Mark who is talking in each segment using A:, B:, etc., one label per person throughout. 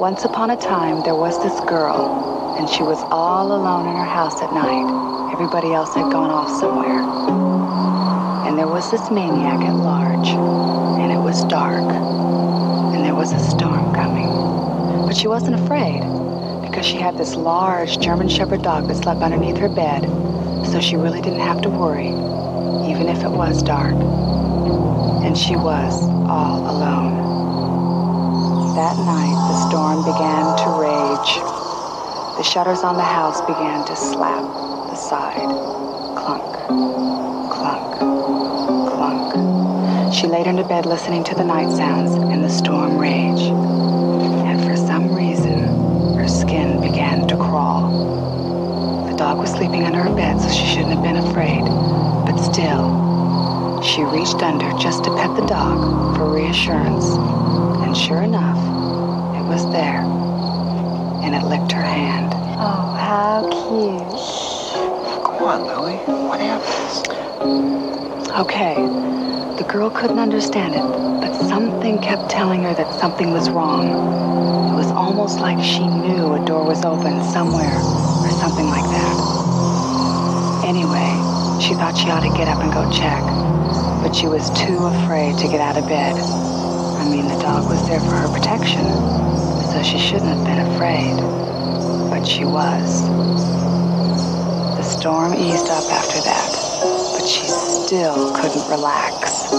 A: Once upon a time, there was this girl, and she was all alone in her house at night. Everybody else had gone off somewhere. And there was this maniac at large, and it was dark, and there was a storm coming. But she wasn't afraid, because she had this large German Shepherd dog that slept underneath her bed, so she really didn't have to worry, even if it was dark. And she was all alone. That night, the storm began to rage. The shutters on the house began to slap the side. Clunk, clunk, clunk. She laid into bed listening to the night sounds and the storm rage. And for some reason, her skin began to crawl. The dog was sleeping under her bed, so she shouldn't have been afraid. But still, she reached under just to pet the dog for reassurance, and sure enough, it was there, and it licked her hand.
B: Oh, how cute.
C: Go on, Lily. What happens?
A: Okay, the girl couldn't understand it, but something kept telling her that something was wrong. It was almost like she knew a door was open somewhere, or something like that. Anyway, she thought she ought to get up and go check, but she was too afraid to get out of bed. I mean, the dog was there for her protection, so she shouldn't have been afraid. But she was. The storm eased up after that, but she still couldn't relax.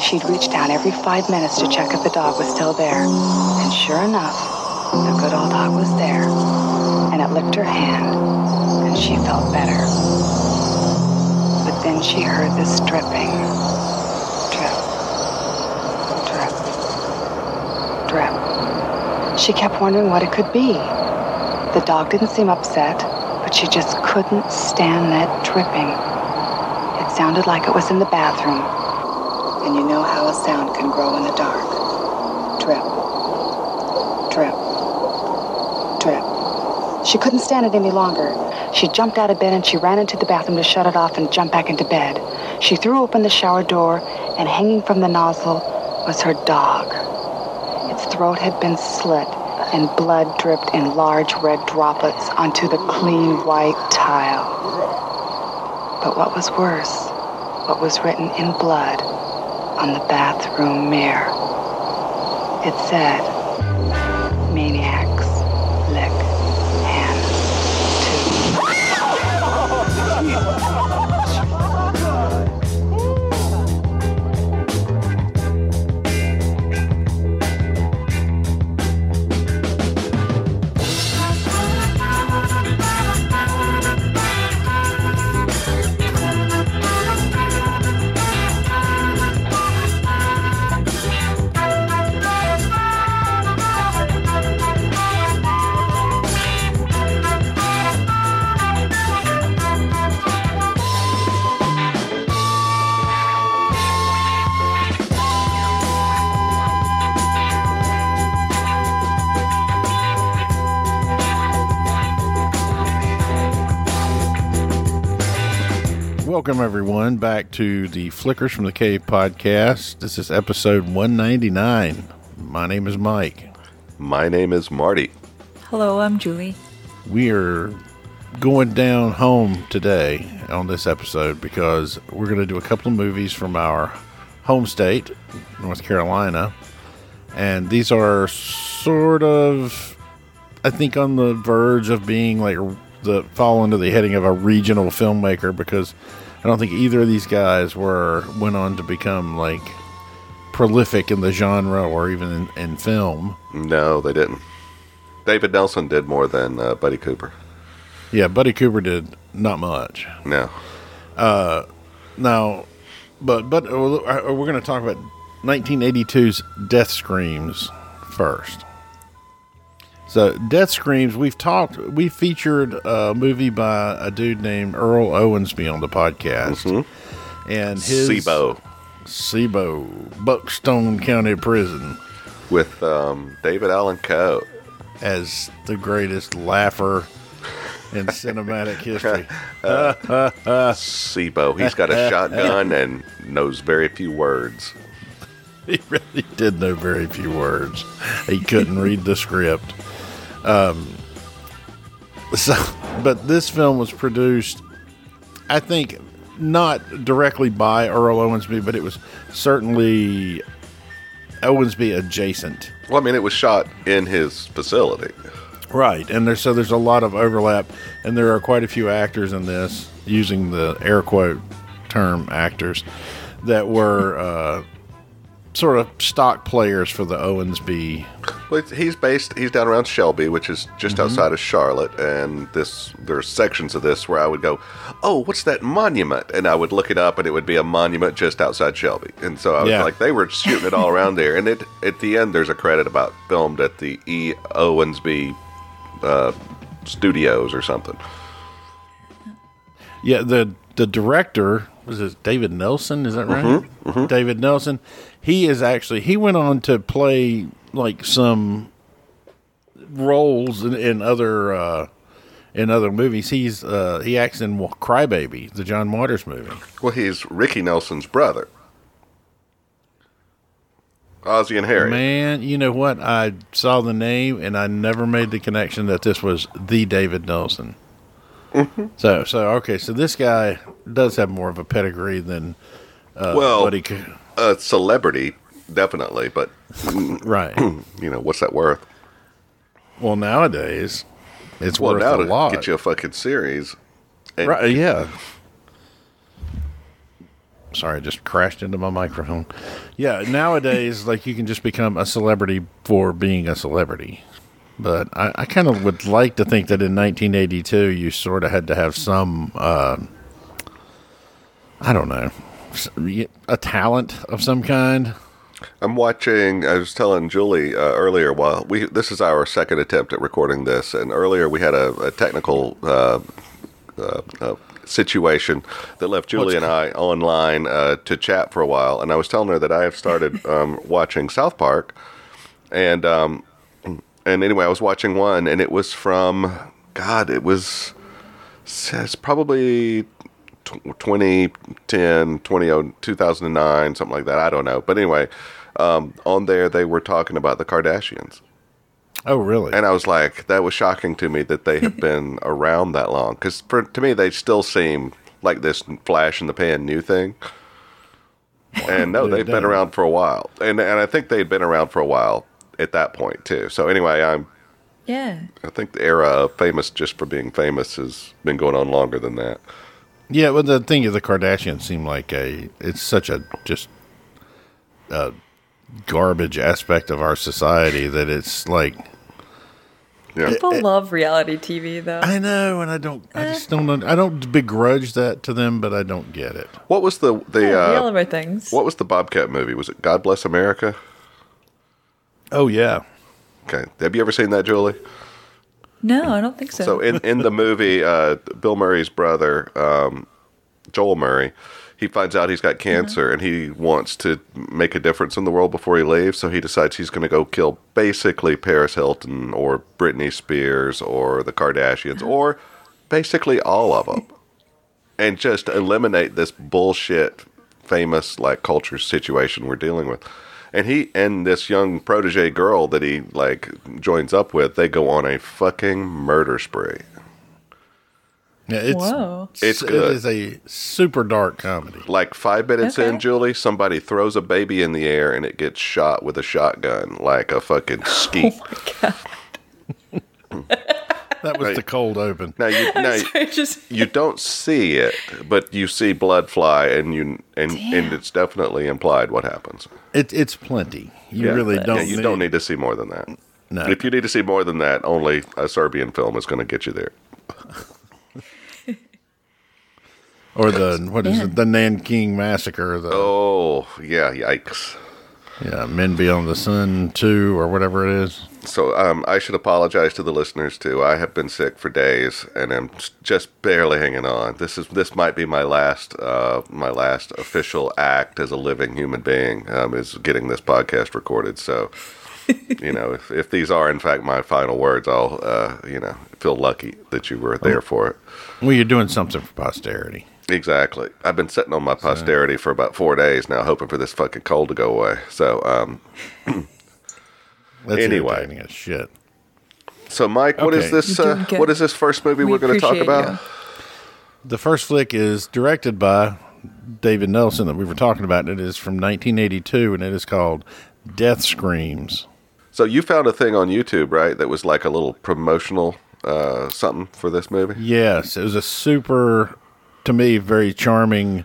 A: She'd reach down every five minutes to check if the dog was still there, and sure enough, the good old dog was there, and it licked her hand, and she felt better. But then she heard this dripping. Drip. Drip. Drip. She kept wondering what it could be. The dog didn't seem upset, but she just couldn't stand that dripping. It sounded like it was in the bathroom. And you know how a sound can grow in the dark. Drip. Drip. Drip. She couldn't stand it any longer. She jumped out of bed and she ran into the bathroom to shut it off and jump back into bed. She threw open the shower door, and hanging from the nozzle was her dog. Its throat had been slit, and blood dripped in large red droplets onto the clean white tile. But what was worse, what was written in blood on the bathroom mirror? It said, Maniacs lick hand too.
D: Welcome, everyone, back to the Flickers from the Cave podcast. This is episode 199. My name is Mike.
C: My name is Marty.
E: Hello, I'm Julie.
D: We are going down home today on this episode because we're going to do a couple of movies from our home state, North Carolina. And these are sort of, I think, on the verge of being like the fall under the heading of a regional filmmaker because I don't think either of these guys were went on to become like prolific in the genre or even in, in film.
C: No, they didn't. David Nelson did more than uh, Buddy Cooper.
D: Yeah, Buddy Cooper did not much.
C: No.
D: Now, but but uh, uh, we're going to talk about 1982's Death Screams first. So Death Screams, we've talked, we featured a movie by a dude named Earl Owensby on the podcast, and his
C: SIBO
D: SIBO Buckstone County Prison
C: with um, David Allen Coe.
D: as the greatest laugher in cinematic history.
C: SIBO. He's got a shotgun and knows very few words.
D: he really did know very few words. He couldn't read the script. Um, so, but this film was produced, I think, not directly by Earl Owensby, but it was certainly Owensby adjacent.
C: Well, I mean, it was shot in his facility.
D: Right, and there's so there's a lot of overlap, and there are quite a few actors in this using the air quote term actors that were uh, sort of stock players for the Owensby.
C: Well, it's- he's based. He's down around Shelby, which is just outside of Charlotte. And this, there's sections of this where I would go, "Oh, what's that monument?" And I would look it up, and it would be a monument just outside Shelby. And so I was
D: Yeah.
C: like, they were shooting it all around there. And it at the end, there's a credit about filmed at the E. Owensby uh, Studios or something.
D: Yeah, the the director was it David Nelson? Is that right? David Nelson. He is actually he went on to play like some roles in, in other uh, in other movies. He's uh, he acts in Crybaby, the John Waters movie.
C: Well, he's Ricky Nelson's brother, Ozzy and Harry.
D: Man, you know what? I saw the name and I never made the connection that this was the David Nelson. So, so okay, so this guy does have more of a pedigree than
C: well,
D: what he could.
C: a celebrity, definitely, but
D: Right.
C: you know what's that worth?
D: well, nowadays it's
C: Well,
D: worth
C: now
D: a
C: to
D: lot.
C: get you a fucking series, and
D: right, yeah. Sorry, I just crashed into my microphone. Yeah, nowadays, like you can just become a celebrity for being a celebrity. But I, I kind of would like to think that in 1982, you sort of had to have some, uh, I don't know, s- a talent of some kind.
C: I'm watching. I was telling Julie uh, earlier. While we, this is our second attempt at recording this, and earlier we had a, a technical uh, uh, uh, situation that left Julie and I online uh, to chat for a while. And I was telling her that I have started um, watching South Park, and um, and anyway, I was watching one, and it was from God. It was it's probably tw- 2010, 20, 2009, something like that. I don't know. But anyway, um, on there, they were talking about the Kardashians.
D: Oh, really?
C: And I was like, that was shocking to me that they have been around that long. Because to me, they still seem like this flash in the pan new thing. And no,
D: They're
C: they've been
D: done.
C: around for a while. And, and I think they'd been around for a while at that point, too. So anyway, I'm.
E: Yeah.
C: I think the era of famous just for being famous has been going on longer than that.
D: Yeah, well, the thing is, the Kardashians seem like a it's such a just a garbage aspect of our society that it's like
C: Yeah.
E: People love reality TV though.
D: I know, and I don't, I just don't, un- I don't begrudge that to them, but I don't get it.
C: What was the
E: Yeah,
C: the
E: we all
C: uh,
E: love our things.
C: what was the Bobcat movie? Was it God Bless America?
D: Oh yeah,
C: Okay, have you ever seen that, Julie?
E: No, I don't think so.
C: So in in the movie, uh, Bill Murray's brother, um, Joel Murray, he finds out he's got cancer and he wants to make a difference in the world before he leaves. So he decides he's going to go kill basically Paris Hilton or Britney Spears or the Kardashians or basically all of them, and just eliminate this bullshit famous like culture situation we're dealing with. And he and this young protege girl that he like joins up with, they go on a fucking murder spree.
D: yeah, it's
E: Whoa.
C: It's
D: it
C: good.
D: is a super dark comedy.
C: like five minutes in,
E: Okay.
C: Julie, somebody throws a baby in the air and it gets shot with a shotgun like a fucking skeet.
E: Oh
D: That was the cold open.
C: now you now
E: Sorry, just
C: you don't see it, but you see blood fly, and you and and
E: Damn.
C: it's definitely implied what happens.
D: It, it's plenty. You
C: Yeah.
D: really
C: Yeah,
D: don't.
C: you don't need to see more than that.
D: No.
C: If you need to see more than that, only a Serbian film is going to get you there.
D: or the what is
E: Yeah.
D: it? The Nanking massacre. The
C: Oh yeah, yikes.
D: yeah, Men Beyond the Sun two or whatever it is.
C: So um, I should apologize to the listeners too. I have been sick for days, and I'm just barely hanging on. This is this might be my last uh, my last official act as a living human being um, is getting this podcast recorded. So, you know, if, if these are in fact my final words, I'll uh, you know feel lucky that you were there for it.
D: Well, you're doing something for posterity.
C: Exactly. I've been sitting on my posterity for about four days now, hoping for this fucking cold to go away. So, um,
D: That's
C: Anyway.
D: irritating as shit.
C: so Mike, what is
D: Okay.
C: this?
E: You're doing
C: Uh,
E: good.
C: what is this first movie
E: We
C: we are going to talk
E: appreciate
C: about?
E: you.
D: The first flick is directed by David Nelson that we were talking about, and it is from 1982, and it is called Death Screams.
C: So you found a thing on YouTube, right? That was like a little promotional uh, something for this movie.
D: Yes, it was a super, to me, very charming,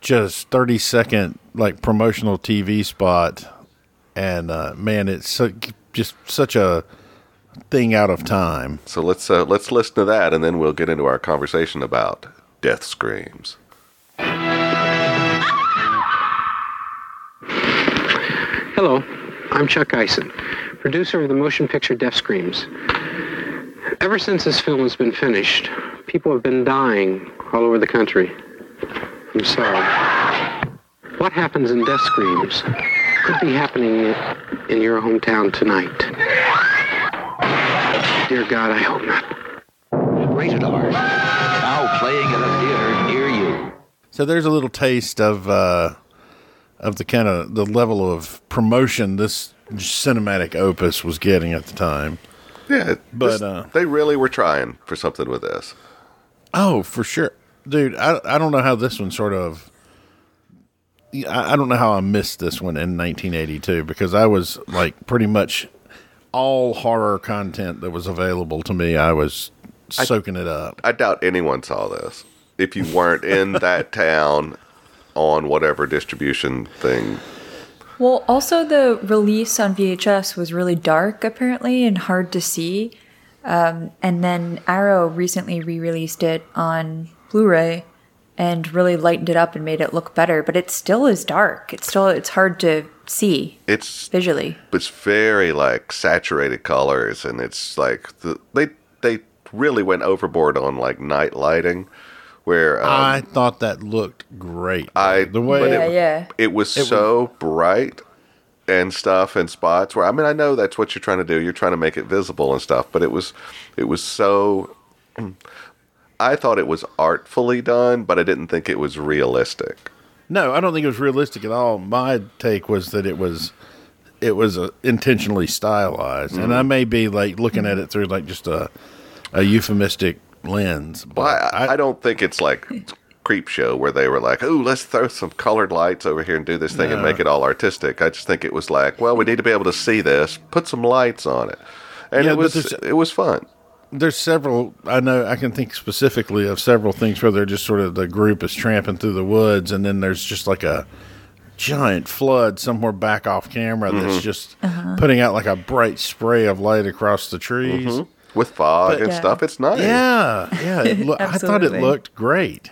D: just 30 second, like promotional TV spot. And uh, man, it's so, just such a thing out of time.
C: So let's uh, let's listen to that, and then we'll get into our conversation about death screams.
F: Hello, I'm Chuck Eisen, producer of the motion picture Death Screams. Ever since this film has been finished, people have been dying all over the country. I'm sorry. What happens in Death Screams could be happening in your hometown tonight. Dear God, I hope not.
G: Rated R. Now playing at a theater near you.
D: So there's a little taste of uh, of the kind of the level of promotion this cinematic opus was getting at the time.
C: Yeah,
D: But,
C: this-
D: uh,
C: they really were trying for something with this.
D: Oh, for sure, dude. I I don't know how this one sort of. I I don't know how I missed this one in 1982 because I was like pretty much all horror content that was available to me. I was soaking it up.
C: I doubt anyone saw this. If you weren't in that town on whatever distribution thing,
E: Well, also the release on VHS was really dark apparently and hard to see. Um, and then Arrow recently re-released it on Blu-ray and really lightened it up and made it look better. But it still is dark. It's still it's hard to see
C: it's
E: visually.
C: it's very like saturated colors, and it's like the, they they really went overboard on like night lighting, where um,
D: I thought that looked great.
C: I-
D: the
C: but
D: way
E: yeah, yeah.
C: it was so bright and stuff and spots where I mean I know that's what you're trying to do. You're trying to make it visible and stuff, but it was it was so I thought it was artfully done, but I didn't think it was realistic.
D: No, I don't think it was realistic at all. My take was that it was it was uh, intentionally stylized, and
C: Mm-hmm.
D: I may be like looking at it through like just a a euphemistic lens. But
C: Well, I, I, don't think it's like creep show where they were like, "Oh, let's throw some colored lights over here and do this thing and make it all artistic." I just think it was like, "Well, we need to be able to see this. Put some lights on it." And
D: Yeah,
C: it
D: but
C: was
D: there's-
C: it was fun.
D: there's several. I know I can think specifically of several things where they're just sort of the group is tramping through the woods, and then there's just like a giant flood somewhere back off camera
C: Mm-hmm.
D: that's just putting out like a bright spray of light across the trees.
C: Mm-hmm. With fog and
E: Yeah.
C: stuff, it's nice.
D: Yeah, yeah. It loo- I thought it
E: Absolutely.
D: looked great,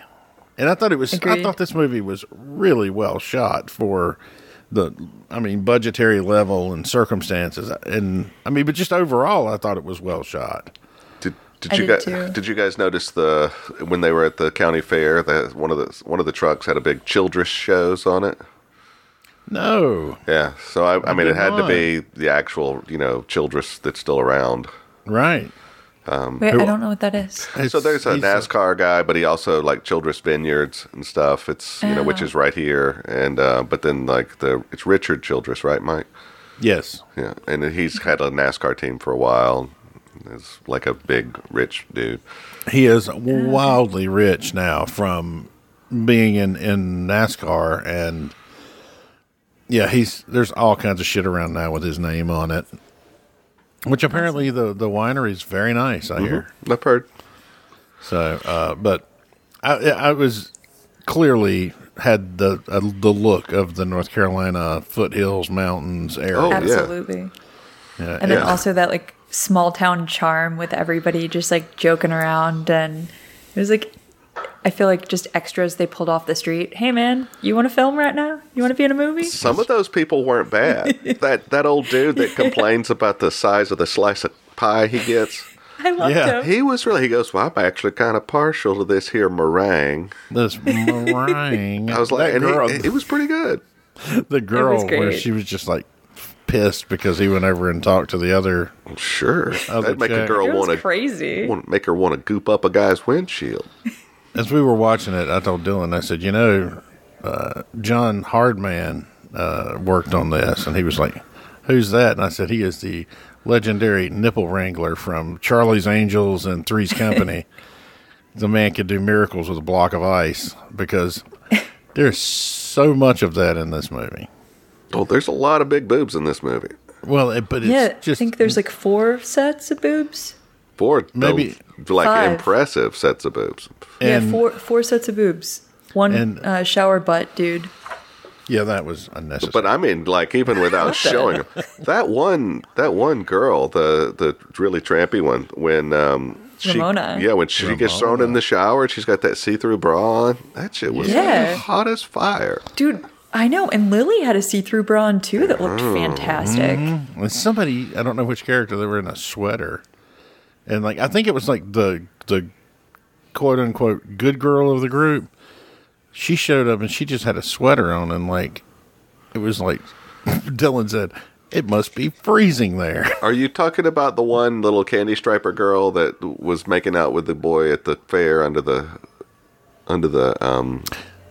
D: and I thought it was. I
E: Agreed.
D: thought this movie was really well shot for the. I mean, budgetary level and circumstances, and I mean, but just overall, I thought it was well shot.
C: Did, did
E: I
C: you
E: did
C: guys
E: too.
C: did you guys notice the when they were at the county fair that one of the one of the trucks had a big Childress shows on it?
D: No,
C: Yeah, so I, I mean it
D: did
C: had to be the actual you know Childress that's still around.
D: right?
C: um,
E: Wait,
D: who-
E: I don't know what that is.
C: so there's a
D: It's- he's
C: NASCAR guy, but he also like Childress Vineyards and stuff. It's you know which
D: Oh.
C: is right here, and uh, but then like the it's Richard Childress, right, Mike?
D: Yes,
C: Yeah, and then he's had a NASCAR team for a while. Is like a big rich dude.
D: he
C: Oh.
D: is wildly rich now from being in in NASCAR and. Yeah, he's there's all kinds of shit around now with his name on it, which apparently the the winery is very nice. I hear.
C: I've heard.
D: So, uh, but I, I was clearly had the uh, the look of the North Carolina foothills mountains area.
C: Oh, yeah.
E: Absolutely. And then
C: yeah.
E: also that like small town charm with everybody just like joking around and it was like I feel like just extras they pulled off the street. Hey man, you want to film right now? You want to be in a movie?
C: Some of those people weren't bad. that that old dude that complains about the size of the slice of pie he gets.
E: I loved
D: Yeah.
E: him.
C: He was really. He goes, "Well, I'm actually kind of partial to this here meringue."
D: This meringue.
C: I was like,
D: that
C: and
D: girl,
C: he, it was pretty good.
D: the girl where
E: great.
D: she was just like pissed because he went over and talked to the other.
C: Sure,
D: Other
C: that'd make a
D: check.
C: girl
E: It was
C: want to
E: crazy.
C: want make her want to goop up a guy's windshield.
D: as we were watching it, I told Dylan, I said, you know, uh, John Hardman uh, worked on this, and he was like, "Who's that?" And I said, "He is the legendary nipple wrangler from Charlie's Angels and Three's Company. the man could do miracles with a block of ice because there's so much of that in this movie.
C: Well, Oh, there's a lot of big boobs in this movie.
D: Well, it, but it's
E: yeah, I
D: just
E: think there's like four sets of boobs.
C: Four
D: Maybe-
C: those, like
E: Five.
C: impressive sets of boobs.
E: yeah,
D: and-
E: four four sets of boobs. One
D: And-
E: uh, shower butt, dude.
D: yeah, that was unnecessary.
C: But I mean, like even without showing them, that one, that one girl, the the really trampy one, when um, she,
E: Ramona.
C: yeah, when she gets thrown in the shower, she's got that see through bra on. That shit was
E: Yeah.
C: hot as fire.
E: Dude, I know. And Lily had a see through bra on too that looked fantastic.
D: And somebody, I don't know which character, they were in a sweater, and like I think it was like the the quote unquote good girl of the group. She showed up and she just had a sweater on, and like it was like Dylan said, it must be freezing there.
C: Are you talking about the one little candy striper girl that was making out with the boy at the fair under the under the um?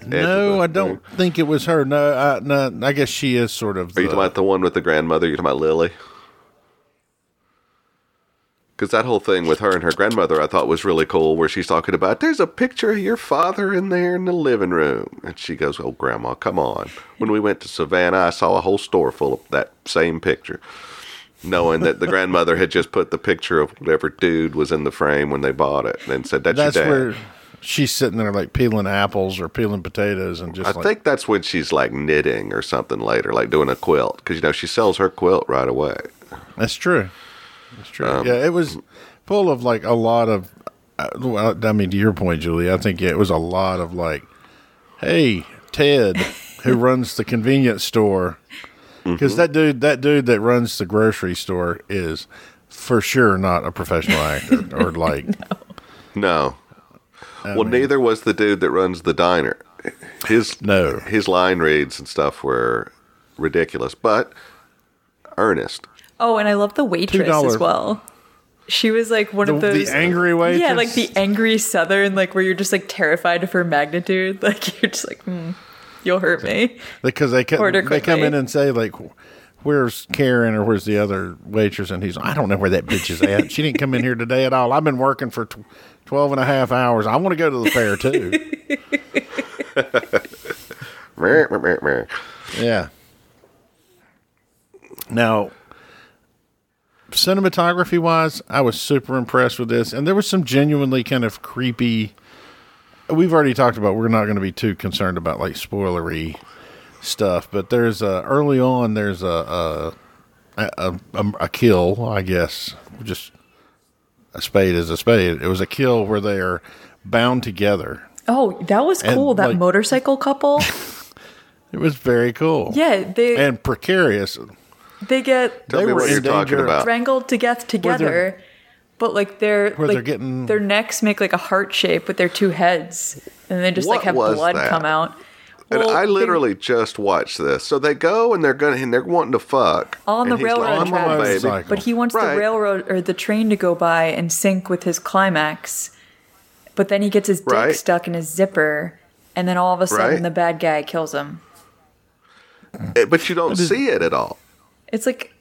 C: edge of
D: no,
C: the
D: I don't think it was her. No, I, no, I guess she is sort of.
C: Are you
D: the-
C: talking about the one with the grandmother? You're talking about Lily? Because that whole thing with her and her grandmother, I thought was really cool, where she's talking about there's a picture of your father in there in the living room, and she goes, "Oh, grandma, come on." When we went to Savannah, I saw a whole store full of that same picture, knowing that the grandmother had just put the picture of whatever dude was in the frame when they bought it, and said, "That's,
D: that's
C: your dad."
D: where she's sitting there like peeling apples or peeling potatoes and just
C: I
D: like
C: think that's when she's like knitting or something later, like doing a quilt, because you know she sells her quilt right away.
D: That's true. That's true. yeah, it was full of like a lot of. uh, Well, I mean, to your point, Julie, I think yeah, it was a lot of like, "Hey, Ted, who runs the convenience store," because that dude, that dude that runs the grocery store is for sure not a professional actor or like.
C: No.
D: Oh,
C: well, neither was the dude that runs the diner. His
D: No.
C: his line reads and stuff were ridiculous, but earnest.
E: Oh, and I love the waitress
D: $2.
E: as well. She was like one of
D: The- the
E: those
D: angry waitress?
E: Yeah, like the angry southern, like where you're just like terrified of her magnitude. Like you're just like, mm, you'll hurt me.
D: Because they come,
E: Order
D: they come in
E: quickly.
D: and say like, "Where's Karen or where's the other waitress?" And he's, "I don't know where that bitch is at. She didn't come in here today at all. I've been working for tw- 12 and a half hours. I want to go to the fair too."
C: Meh, meh, meh, meh.
D: yeah. Now, cinematography wise, I was super impressed with this, and there was some genuinely kind of creepy. We've already talked about. We're not going to be too concerned about like spoilery stuff, but there's a early on. There's a a, a, a, a kill, I guess. Just a spade is a spade. It was a kill where they are bound together.
E: Oh, that was
D: And,
E: cool. that
D: like-
E: motorcycle couple.
D: It was very cool.
E: Yeah, they
D: and precarious.
E: they get
C: Tell
D: They
C: me
D: were
C: what
D: in
C: you're talking
D: danger.
C: about.
E: strangled to death
D: uh, they're-
E: together. But like they're
D: Where
E: like,
D: they're getting-
E: their necks make like a heart shape with their two heads, and they just
C: What
E: like have
C: was
E: blood
C: that?
E: come out.
C: And
E: Well,
C: I
E: they-
C: literally just watched this. So they go and they're gonna and they're wanting to fuck
E: on the
C: and he's like,
E: railroad
C: "Come on,
D: tracks.
C: baby."
D: Motorcycle.
E: But he wants
C: Right.
E: the railroad or the train to go by and sync with his climax. But then he gets his dick
C: Right.
E: stuck in his zipper, and then all of a sudden
C: Right.
E: the bad guy kills him.
C: Eh, But you don't see it at all.
E: It's like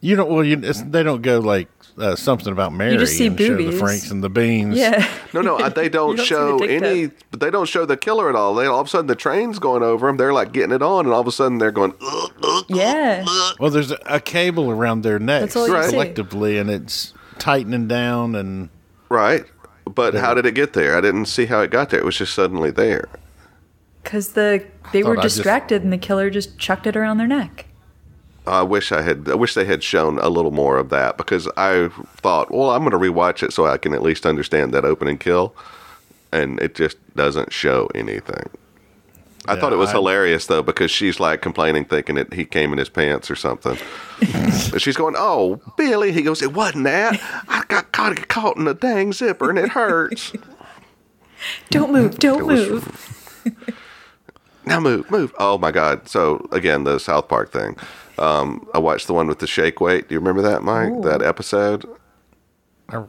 D: You don't. Well, you, it's, they don't go like uh, something about Mary
E: just see
D: and show the
E: boobies.
D: Franks and the Beans.
E: yeah,
C: No, no, I- they don't,
E: don't see the
C: show
E: dick
C: any. But they don't show the killer at all. They all of a sudden the train's going over them. They're like getting it on, and all of a sudden they're going. Ugh, ugh,
E: yeah.
D: Well, there's a, a cable around their necks
E: That's all you
C: Right. see.
D: collectively, and it's tightening down. And
C: Right. But how did it get there? I didn't see how it got there. It was just suddenly there.
E: Because the they
D: thought
E: were
D: I just-
E: distracted, and the killer just chucked it around their neck.
C: I wish I had. I wish they had shown a little more of that because I thought, well, I'm going to rewatch it so I can at least understand that open and kill, and it just doesn't show anything. I
D: Yeah,
C: thought it was
D: I-
C: hilarious though because she's like complaining, thinking that he came in his pants or something. and she's going, "Oh, Billy!" He goes, "It wasn't that. I got caught, caught in the dang zipper, and it hurts."
E: Don't move! Don't
C: was-
E: move!
C: Now move, move. Oh my God. So again, the South Park thing. Um, I watched the one with the shake weight. Do you remember that, Mike? That episode?
D: I,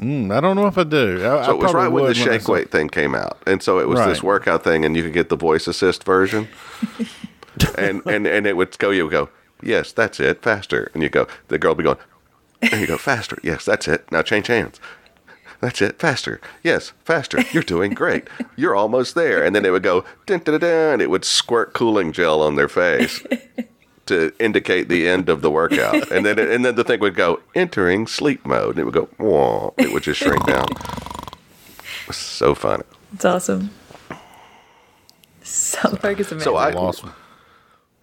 D: Mm, I don't know if I do. I, I
C: So it was
D: probably
C: right when the
D: would I
C: shake
D: saw-
C: weight thing came out, and so it was this
D: Right.
C: workout thing, and you could get the voice assist version, and and and it would go. You would go, yes, that's it, faster, and you go. The girl would be going, and you go faster. Yes, that's it. Now change hands. That's it, faster. Yes, faster. You're doing great. You're almost there. And then it would go, dun, dun, dun, dun, and it would squirt cooling gel on their face. To indicate the end of the workout, and then and then the thing would go entering sleep mode, and it would go, Wah. it would just shrink down. So funny.
E: It's awesome. South Park is amazing.
C: So I
D: Lost one.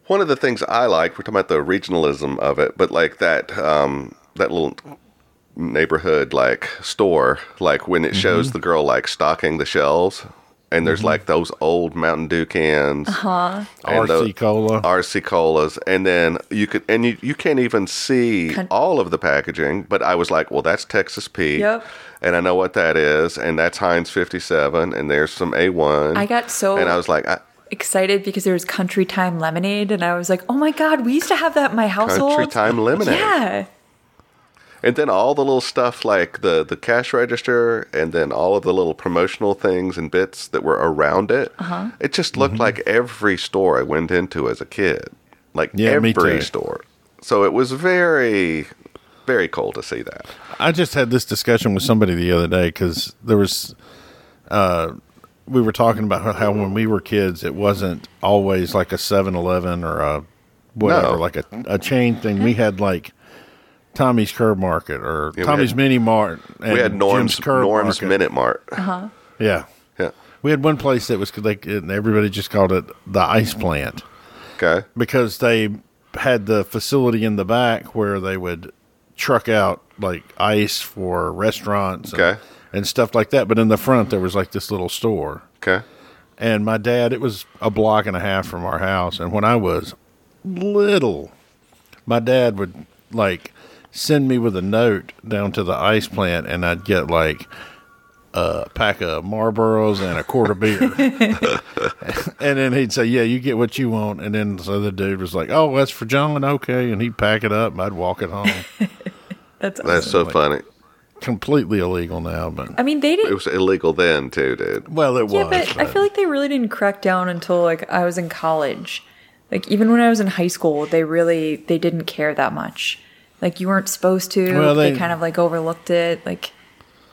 C: one of the things I like, we're talking about the regionalism of it, but like that um, that little neighborhood like store, like when it shows the girl like stocking the shelves, and there's like those old Mountain Dew cans, Mm-hmm. uh-huh.
D: RC Cola.
C: RC colas, and then you could and you, you can't even see
E: Con-
C: all of the packaging. But I was like, well, that's Texas Pete,
E: Yep.
C: and I know what that is, and that's Heinz 57, and there's some A1.
E: I got so
C: and I was like, I,
E: excited because there was Country Time lemonade, and I was like, "Oh my god, we used to have that in my household."
C: country time lemonade.
E: Yeah,
C: And then all the little stuff like the the cash register, and then all of the little promotional things and bits that were around it. Uh-huh. It just looked
D: Mm-hmm.
C: like every store I went into as a kid, like
D: Yeah, me
C: every
D: too.
C: store. So it was very, very cool to see that.
D: I just had this discussion with somebody the other day because there was, uh, we were talking about how when we were kids, it wasn't always like a 7 Eleven or a whatever,
C: No.
D: like a, a chain thing. We had like Tommy's Curb Market or
C: we
D: Tommy's
C: had-
D: Mini Mart. And
C: we had Norm's
D: Jim's Curb
C: Norm's
D: Market.
C: Minute Mart.
D: Yeah.
C: Yeah.
D: We had one place that was, like, and everybody just called it the ice plant
C: Okay.
D: because they had the facility in the back where they would truck out like ice for restaurants and,
C: Okay.
D: and stuff like that. But in the front, there was like this little store.
C: Okay.
D: And my dad, it was a block and a half from our house. And when I was little, my dad would like send me with a note down to the ice plant, and I'd get like a pack of Marlboros and a quart of beer. and then he'd say, Yeah, you get what you want. And then so the dude was like, Oh, that's for John. Okay. And he'd pack it up and I'd walk it home.
E: that's. Awesome.
C: That's so funny.
D: Completely illegal now, but
E: I mean, they
C: It
E: didn't.
C: was illegal then too, dude.
D: well, it
E: Yeah,
D: was.
E: but I
D: but-
E: feel like they really didn't crack down until like I was in college. Like even when I was in high school, they really they didn't care that much. Like you weren't supposed to.
D: Well,
E: they,
D: they-
E: kind of like overlooked it. Like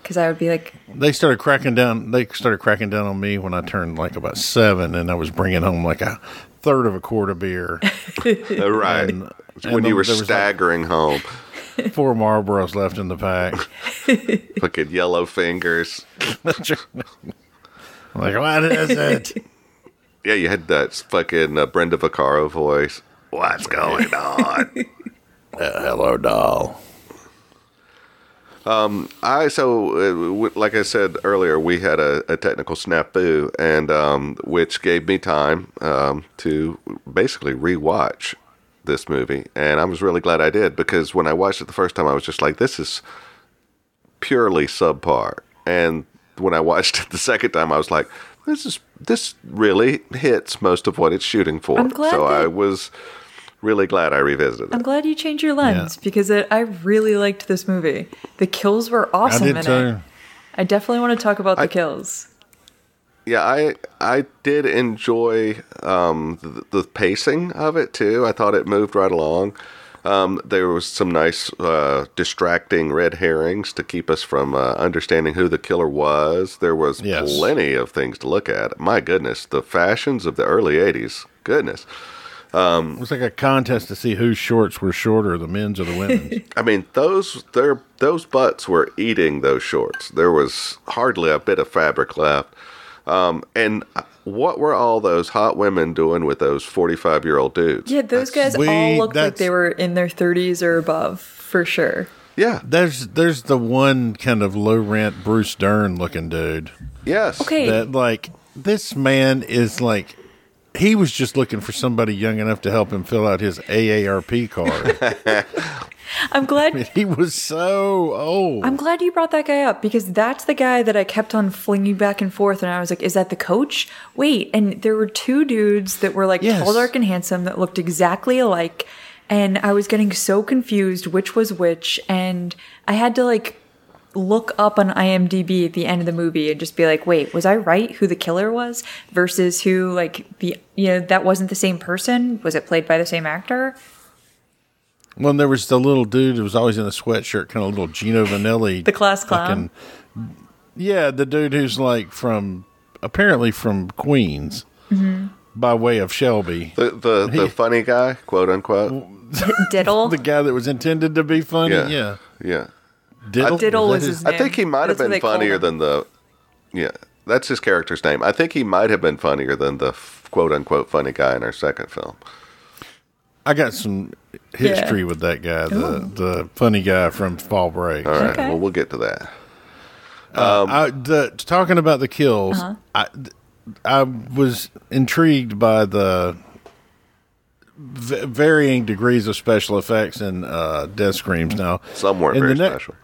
E: because I would be like,
D: they started cracking down they started cracking down on me when i turned like about seven and i was bringing home like a third of a quart of beer
C: right.
D: And- and
C: when
D: the-
C: you were
D: there was, like-
C: staggering home,
D: four marlboros left in the pack
C: fucking yellow fingers.
D: I'm like what is it
C: Yeah, you had that fucking uh, Brenda Vaccaro voice. What's going on?
D: Uh, hello doll
C: I so uh, w- like I said earlier, we had a, a technical snafu, and um, which gave me time um, to basically rewatch this movie, and I was really glad I did because when I watched it the first time, I was just like, "This is purely subpar," and when I watched it the second time, I was like, "This is this really hits most of what it's shooting for."
E: I'm glad
C: so
E: that-
C: I was really glad I revisited.
E: I'm
C: it.
E: glad you changed your lens because it, I really liked this movie. The kills were awesome
D: i did
E: in it.
D: too
E: I definitely want to talk about the kills.
C: yeah i i did enjoy um the, the pacing of it too i thought it moved right along um there was some nice uh distracting red herrings to keep us from uh, understanding who the killer was there was
D: Yes.
C: plenty of things to look at my goodness the fashions of the early 80s goodness
D: it was like a contest to see whose shorts were shorter the men's or the women's
C: I mean, those their those butts were eating those shorts. There was hardly a bit of fabric left. Um, and what were all those hot women doing with those forty-five-year-old dudes?
E: Yeah, those guys all
D: we-
E: looked like they
D: that's-
E: were in their 30s or above for sure.
C: Yeah.
D: there's there's the one kind of low rent bruce dern looking dude
C: Yes.
E: Okay,
D: that like this man is like he was just looking for somebody young enough to help him fill out his AARP card.
E: I'm glad
D: he was so old.
E: I'm glad you brought that guy up because that's the guy that I kept on flinging back and forth and I was like, is that the coach? Wait, and there were two dudes that were like
D: Yes.
E: tall, dark and handsome that looked exactly alike and I was getting so confused which was which and I had to like look up on IMDb at the end of the movie and just be like, wait, was I right who the killer was versus who, like, the, you know, that wasn't the same person? Was it played by the same actor?
D: Well, and there was the little dude who was always in a sweatshirt, kind of little Gino Vanelli.
E: The class clown.
D: fucking- yeah, the dude who's like from, apparently from Queens
E: Mm-hmm.
D: by way of Shelby.
C: The the, the funny guy, quote unquote.
E: Diddle.
D: The guy that was intended to be funny.
C: Yeah.
D: Yeah.
C: Yeah.
D: Diddle,
E: Diddle
D: that
E: was his name.
C: I think he might have
E: That's what
C: been
E: they called
C: funnier
E: him.
C: than the. Yeah, that's his character's name. I think he might have been funnier than the f- quote unquote funny guy in our second film.
D: I got some history with that guy, the,
E: Oh.
D: the funny guy from Fall Break.
C: All right.
E: Okay.
C: Well, we'll get to that.
D: I, the, talking about the kills, I, th- I was intrigued by the v- varying degrees of special effects and uh, death screams. Now,
C: Some weren't
D: In the
C: very
D: ne-
C: special.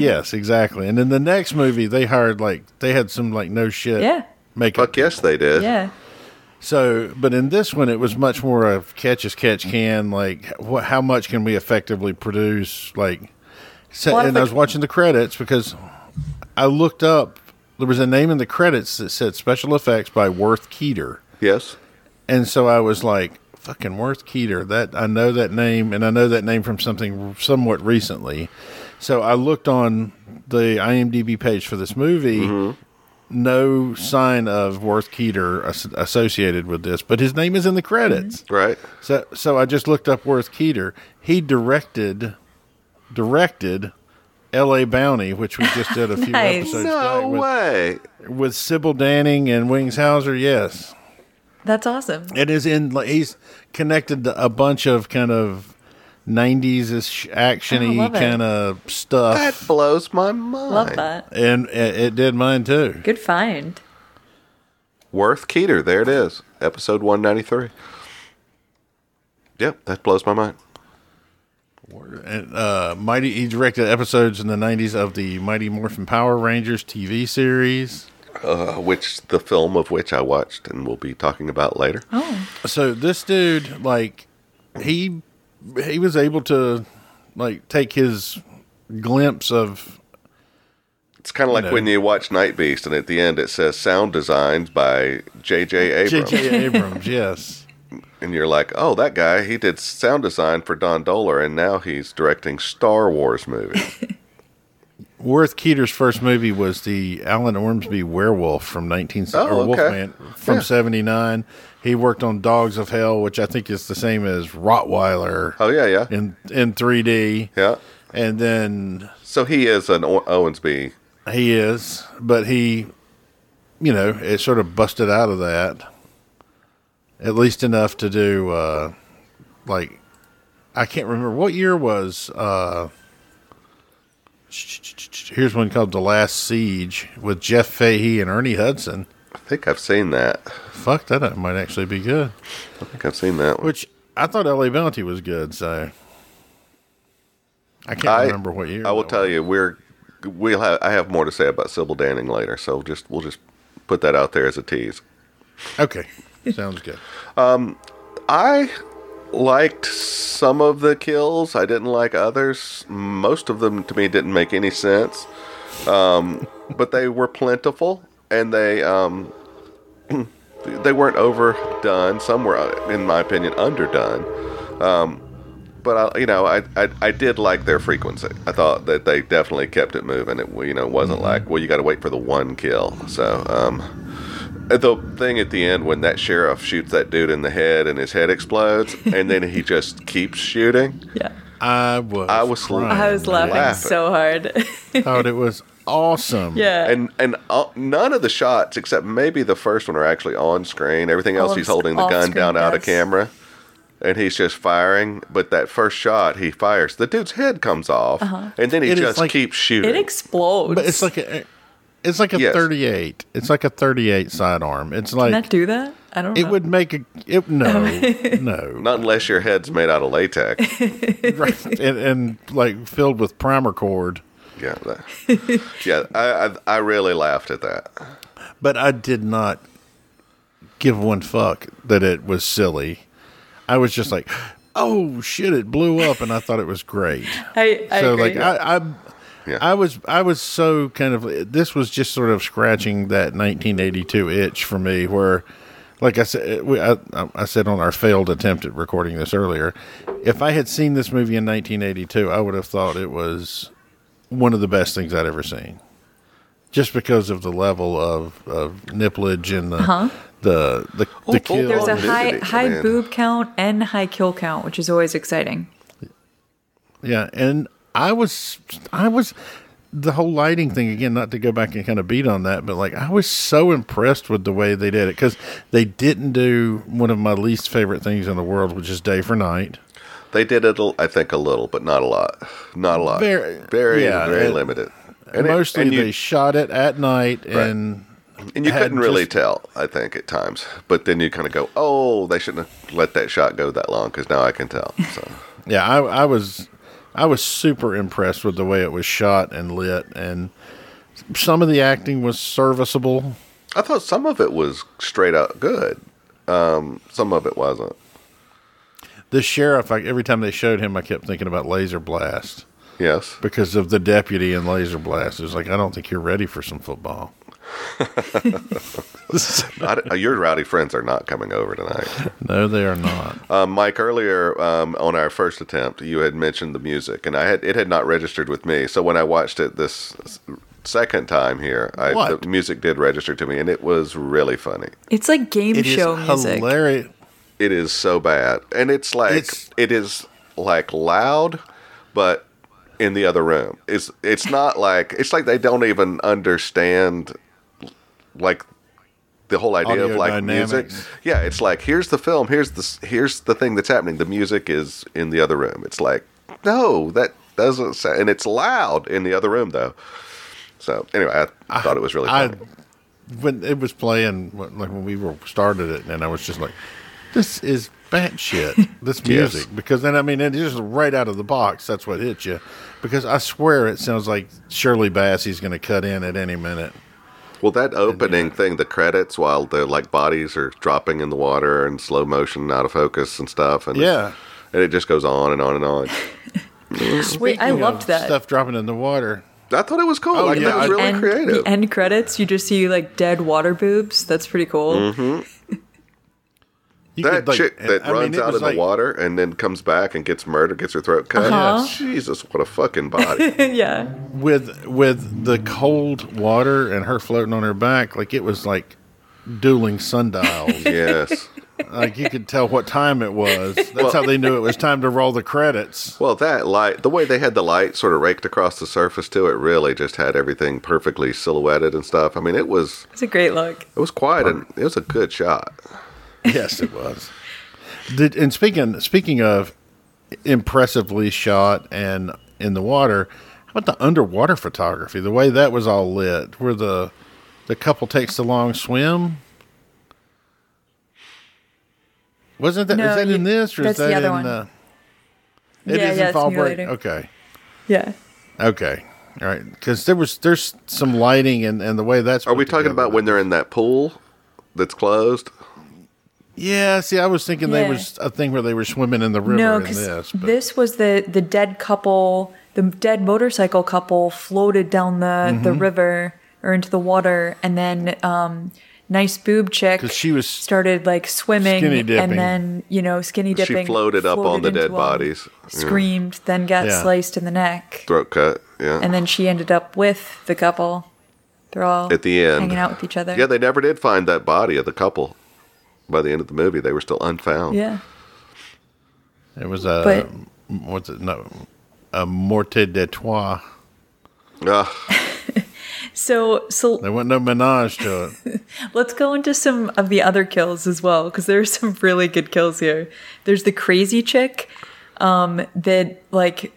D: yes, exactly. And in the next movie, they hired like they had some like no shit,
E: Yeah.
D: makeup.
C: Fuck yes, they did.
E: yeah.
D: So, but in this one, it was much more of catch as catch can. Like, wh- how much can we effectively produce? Like, so,
E: Well, I
D: and I
E: think-
D: was watching the credits because I looked up. There was a name in the credits that said special effects by Worth Keeter,
C: Yes.
D: and so I was like, "Fucking Worth Keeter!" That I know that name, and I know that name from something somewhat recently. So I looked on the IMDb page for this movie no sign of Worth Keeter as- associated with this, but his name is in the credits.
C: Right.
D: So, so I just looked up Worth Keeter. He directed, directed, L.A. Bounty, which we just did a few
E: Nice.
D: episodes back
C: No
D: with,
C: way.
D: with Sybil Danning and Wings Hauser. Yes,
E: That's awesome.
D: it is in. like, He's connected to a bunch of kind of '90s ish
E: Oh, I
D: actiony
E: love it.
D: kind of stuff,
C: That blows my mind.
E: Love that.
D: and it, it did mine too.
E: Good find.
C: Worth Keeter. There it is. Episode 193. Yep, that blows my mind.
D: and uh, Mighty. He directed episodes in the '90s of the Mighty Morphin Power Rangers TV series.
C: Uh, which the film of which I watched and we'll be talking about later.
E: Oh.
D: So this dude, like, he he was able to like take his glimpse of
C: It's kind of like
D: No.
C: when you watch Night Beast and at the end it says sound designed by J.J. Abrams.
D: J.J. Abrams. yes,
C: And you're like, oh, that guy, he did sound design for Don Doler and now he's directing Star Wars movies.
D: Worth Keeter's first movie was the Alan Ormsby Werewolf from 19
C: Oh,
D: or
C: okay.
D: Wolfman from
C: Yeah.
D: 79. He worked on Dogs of Hell, which I think is the same as Rottweiler
C: oh, yeah, yeah.
D: in in 3D.
C: Yeah.
D: And then
C: So he is an o- Owensby.
D: He is, but he, you know, it sort of busted out of that, at least enough to do, uh, like, I can't remember what year was. Uh, here's one called The Last Siege with Jeff Fahey and Ernie Hudson.
C: I think I've seen that.
D: Fuck, that up might actually be good.
C: I think I've seen that one.
D: Which I thought LA Bounty was good, so I can't
C: I
D: remember what year.
C: I will
D: that
C: tell you, we're we'll have I have more to say about Sybil Danning later, so just we'll just put that out there as a tease.
D: was. Okay, sounds good.
C: I liked some of the kills. I didn't like others. Most of them to me didn't make any sense. Um, but they were plentiful and they um, they weren't overdone. Some were, in my opinion, underdone. Um, but I, you know, I, I I did like their frequency. I thought that they definitely kept it moving. It you know wasn't like well you got to wait for the one kill. So um, the thing at the end when that sheriff shoots that dude in the head and his head explodes and then he just keeps shooting.
E: Yeah.
D: I was.
C: I was-
D: crying.
E: I was laughing
C: Laughing.
E: so hard.
D: thought it was awesome.
E: yeah.
C: And and all, none of the shots except maybe the first one are actually on screen. Everything
E: All
C: else
E: of
C: he's
E: sc-
C: holding the
E: off
C: gun
E: screen,
C: down out of
E: yes.
C: camera and he's just firing, but that first shot he fires, the dude's head comes off and then he
D: It is
C: just
D: like-
C: keeps shooting.
E: Uh-huh. it explodes.
D: But it's like a, it's like a
C: Yes.
D: 38. It's like a 38 sidearm. It's like
E: Can that do that? I don't
D: it
E: know.
D: would make a it no
E: Oh.
D: no
C: Not unless your head's made out of latex.
D: right. and, and like filled with primer cord.
C: yeah. that- yeah, I, I I really laughed at that.
D: But I did not give one fuck that it was silly. I was just like, oh shit! It blew up, and I thought it was great.
E: I, I
D: so
E: agree.
D: like I, I
C: Yeah.
D: I was I was so kind of this was just sort of scratching that 1982 itch for me where like I said we, I, I said on our failed attempt at recording this earlier if I had seen this movie in 1982 I would have thought it was one of the best things I'd ever seen just because of the level of, of nipplage and the
E: Uh-huh.
D: the the,
C: Oh,
D: the
C: oh,
D: kill
E: There's a
C: Well,
E: high
C: nudity,
E: high
C: man.
E: boob count and high kill count, which is always exciting.
D: Yeah, and I was, I was, the whole lighting thing again. Not to go back and kind of beat on that, but like I was so impressed with the way they did it because they didn't do one of my least favorite things in the world, which is day for night.
C: They did it, a- I think, a little, but not a lot. Not a lot.
D: Very-
C: very,
D: yeah,
C: very
D: it-
C: limited.
D: And
C: it-
D: mostly
C: and you,
D: they shot it at night, and
C: and you
D: had
C: couldn't really
D: just-
C: tell. I think at times, but then you kind of go, "Oh, they shouldn't have let that shot go that long," because now I can tell. So
D: yeah, I, I was, I was super impressed with the way it was shot and lit, and some of the acting was serviceable.
C: I thought some of it was straight out good. Um, some of it wasn't.
D: The sheriff, I, every time they showed him, I kept thinking about Laser Blast.
C: Yes.
D: because of the deputy and laser blast. It was like, I don't think you're ready for some football.
C: I, uh, your rowdy friends are not coming over tonight.
D: No, they are not.
C: Um, Mike, earlier um, on our first attempt, you had mentioned the music, and I had it had not registered with me. So when I watched it this s- second time here, I,
D: What?
C: the music did register to me, and it was really funny.
E: It's like game
D: It is
E: show music.
D: hilarious.
C: It is so bad, and it's like
D: It's-
C: it is like loud, but in the other room. It's it's not like it's like they don't even understand like the whole idea of
D: Audio
C: like music.
D: dynamics.
C: Yeah, it's like here's the film, here's the s- here's the thing that's happening. The music is in the other room. It's like no, that doesn't sound, and it's loud in the other room though. So anyway, I, thought it was really
D: I
C: funny.
D: when it was playing when- like when we were started it, and I was just like, this is batshit. This
C: Yes.
D: music because then I mean it is right out of the box. That's what hits you because I swear it sounds like Shirley Bassey's going to cut in at any minute.
C: Well, that opening thing, the credits, while the like bodies are dropping in the water and slow motion, out of focus and stuff, and
D: Yeah.
C: and it just goes on and on and on.
E: Wait, I
D: Speaking
E: loved
D: of
E: that.
D: stuff dropping in the water.
C: I thought it was cool.
D: Oh,
C: like
D: yeah,
C: that was
D: I-
C: really
E: end,
C: creative.
E: The end credits, you just see like dead water boobs. That's pretty cool.
D: You
C: that
D: could, like-
C: chick that
D: I mean,
C: runs
D: it
C: out
D: was
C: in
D: like-
C: the water and then comes back and gets murdered, gets her throat cut.
E: Uh-huh.
C: Jesus, what a fucking body!
D: Mm-hmm.
E: yeah.
D: with with the cold water and her floating on her back, like it was like dueling sundials.
C: yes.
D: like you could tell what time it was. That's how they knew it was time to roll the credits.
C: Well, that light, the way they had the light sort of raked across the surface to it, really just had everything perfectly silhouetted and stuff. I mean, it was
E: It's a great look.
C: it was quite an it was a good shot.
D: Yes, it was. Did, and speaking speaking of impressively shot and in the water, how about the underwater photography? The way that was all lit, where the the couple takes the long swim. Wasn't that is
E: No,
D: that
E: you-
D: in this or is
E: that's the
D: that
E: other
D: in
E: one.
D: uh, It is
E: yeah, yeah,
D: in
E: it's
D: fall
E: me
D: break.
E: later.
D: Okay.
E: Yeah.
D: Okay. All right. Because there was there's some lighting and, and the way that's.
C: Are we talking about when they're in that pool that's closed?
D: Yeah. See, I was thinking they
E: Yeah.
D: was a thing where they were swimming in the river.
E: no,
D: in
E: because this,
D: this, but
E: was the the dead couple, the dead motorcycle couple floated down the the
D: Mm-hmm.
E: river or into the water, and then um, nice boob chick
D: 'Cause she was
E: started like swimming,
D: skinny dipping.
E: and then you know skinny dipping.
C: floated up on the
E: into
C: dead
E: them,
C: bodies. Yeah.
E: Screamed, then got
D: Yeah.
E: sliced in the neck,
C: Throat cut. Yeah.
E: and then she ended up with the couple. They're all
C: At the end.
E: hanging out with each other.
C: yeah, they never did find that body of the couple. By the end of the movie, they were still unfound.
E: yeah.
D: it was a
E: But-
D: what's it? No, a morte de trois.
C: Ugh.
E: So so
D: There wasn't no menage to it.
E: Let's go into some of the other kills as well, because there's some really good kills here. There's the crazy chick um, that like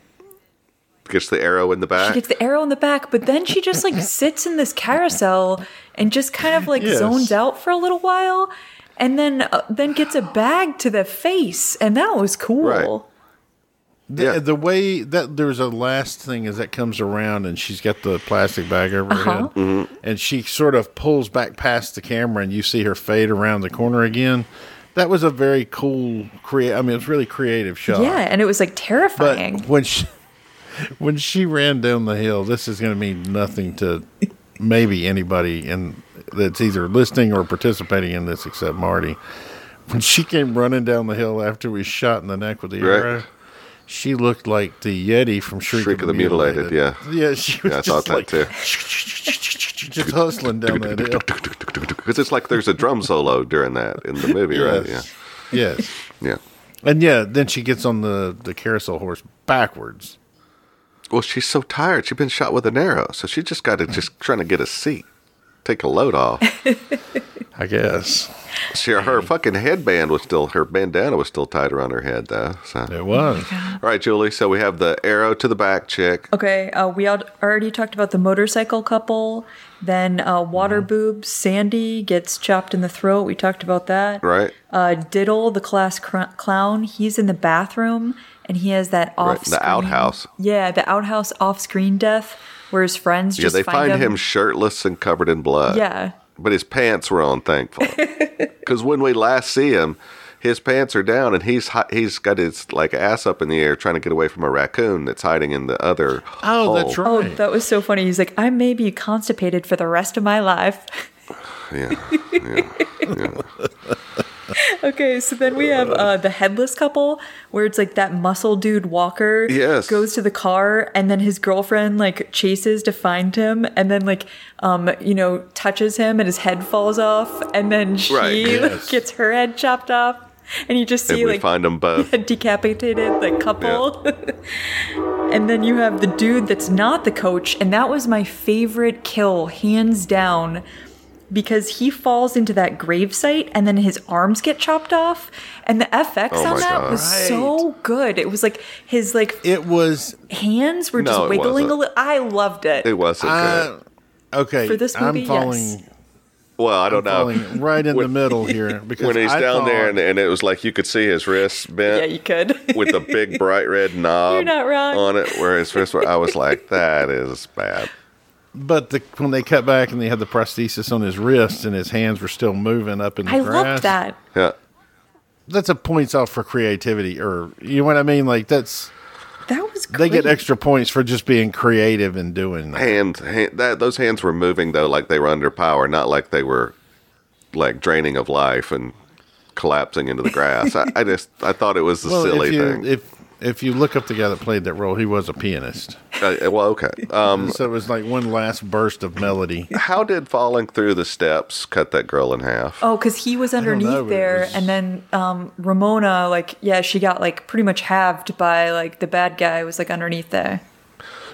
C: gets the arrow in the
E: she
C: back.
E: gets the arrow in the back, but then she just like sits in this carousel and just kind of like
D: Yes.
E: zones out for a little while, and then uh, then gets a bag to the face, and that was cool.
C: Right. Yeah.
D: The, the way that there's a last thing is that comes around and she's got the plastic bag over her head and she sort of pulls back past the camera and you see her fade around the corner again. That was a very cool create. I mean, it was really creative shot.
E: Yeah, and it was like terrifying.
D: But when she, when she ran down the hill, this is going to mean nothing to maybe anybody in that's either listening or participating in this except Marty. When she came running down the hill after we shot in the neck with the
C: Right.
D: arrow, she looked like the Yeti from Shriek,
C: Shriek
D: of the Mutilated.
C: yeah.
D: yeah, she was
C: Yeah, I
D: just
C: thought that
D: like
C: too.
D: just hustling down that hill.
C: Because it's like there's a drum solo during that in the movie, right? Yeah.
D: Yes. Yes.
C: Yeah.
D: And yeah, then she gets on the, the carousel horse backwards.
C: Well, she's so tired. She's been shot with an arrow, so she just got to just trying to get a seat, take a load off.
D: I guess.
C: She, her fucking headband was still, her bandana was still tied around her head, though. So,
D: It was.
C: all right, Julie. So we have the arrow to the back chick.
E: Okay, uh, we al- already talked about the motorcycle couple. Then uh, water
C: Mm-hmm.
E: boobs. Sandy gets chopped in the throat. We talked about that.
C: Right.
E: Uh, Diddle, the class cr- clown. He's in the bathroom and he has that off.
C: Right, the outhouse.
E: Yeah, the outhouse off-screen death where his friends
C: Yeah,
E: just
C: they find, him
E: him.
C: shirtless and covered in blood.
E: yeah,
C: But his pants were on, thankfully. Because when we last see him, his pants are down and he's hi- he's got his like ass up in the air trying to get away from a raccoon that's hiding in the other.
D: Oh,
C: hole.
D: that's right.
E: Oh, that was so funny. He's like, I may be constipated for the rest of my life.
C: Yeah.
E: okay, so then we have uh, the headless couple, where it's like that muscle dude Walker
C: Yes.
E: goes to the car, and then his girlfriend like chases to find him, and then like um you know touches him, and his head falls off, and then she
C: Right.
E: like,
D: Yes.
E: gets her head chopped off, and you just
C: And
E: see
C: we
E: like
C: find them both.
E: a decapitated like couple and then you have the dude that's not the coach and that was my favorite kill hands down because he falls into that gravesite and then his arms get chopped off and the fx
C: Oh my
E: on that
C: God.
E: was so good it was like his like
D: It was.
E: hands were
C: No,
E: just
C: it
E: wiggling a
C: wasn't.
E: little i loved it,
C: It wasn't
D: Uh,
C: good.
D: okay.
E: For this movie,
D: I'm
E: yes.
D: falling,
C: Well, I don't know.
D: falling right in the
C: When-
D: middle here because
C: when he's
D: I
C: down
D: thought,
C: there and, and it was like you could see his wrist
E: yeah
C: bent
E: you could
C: with the big bright red knob
E: You're not wrong.
C: on it where his wrist were, I was like, that is bad.
D: but the, when they cut back and they had the prosthesis on his wrist and his hands were still moving up in the
E: i
D: grass.
E: loved that
C: Yeah.
D: That's a points off for creativity, or you know what I mean? Like that's
E: that was
D: they
E: great.
D: get extra points for just being creative and doing that.
C: Hand, hand that those hands were moving though like they were under power, not like they were like draining of life and collapsing into the grass. I, I just I thought it was a
D: if
C: silly
D: you,
C: thing.
D: If if you look up the guy that played that role, he was a pianist.
C: Uh, well, okay. Um,
D: So it was like one last burst of melody.
C: how did falling through the steps cut that girl in half?
E: Oh, because he was
D: don't
E: underneath
D: know, but it
E: there,
D: was-
E: and then um, Ramona, like, yeah, she got like pretty much halved by like the bad guy was like underneath there.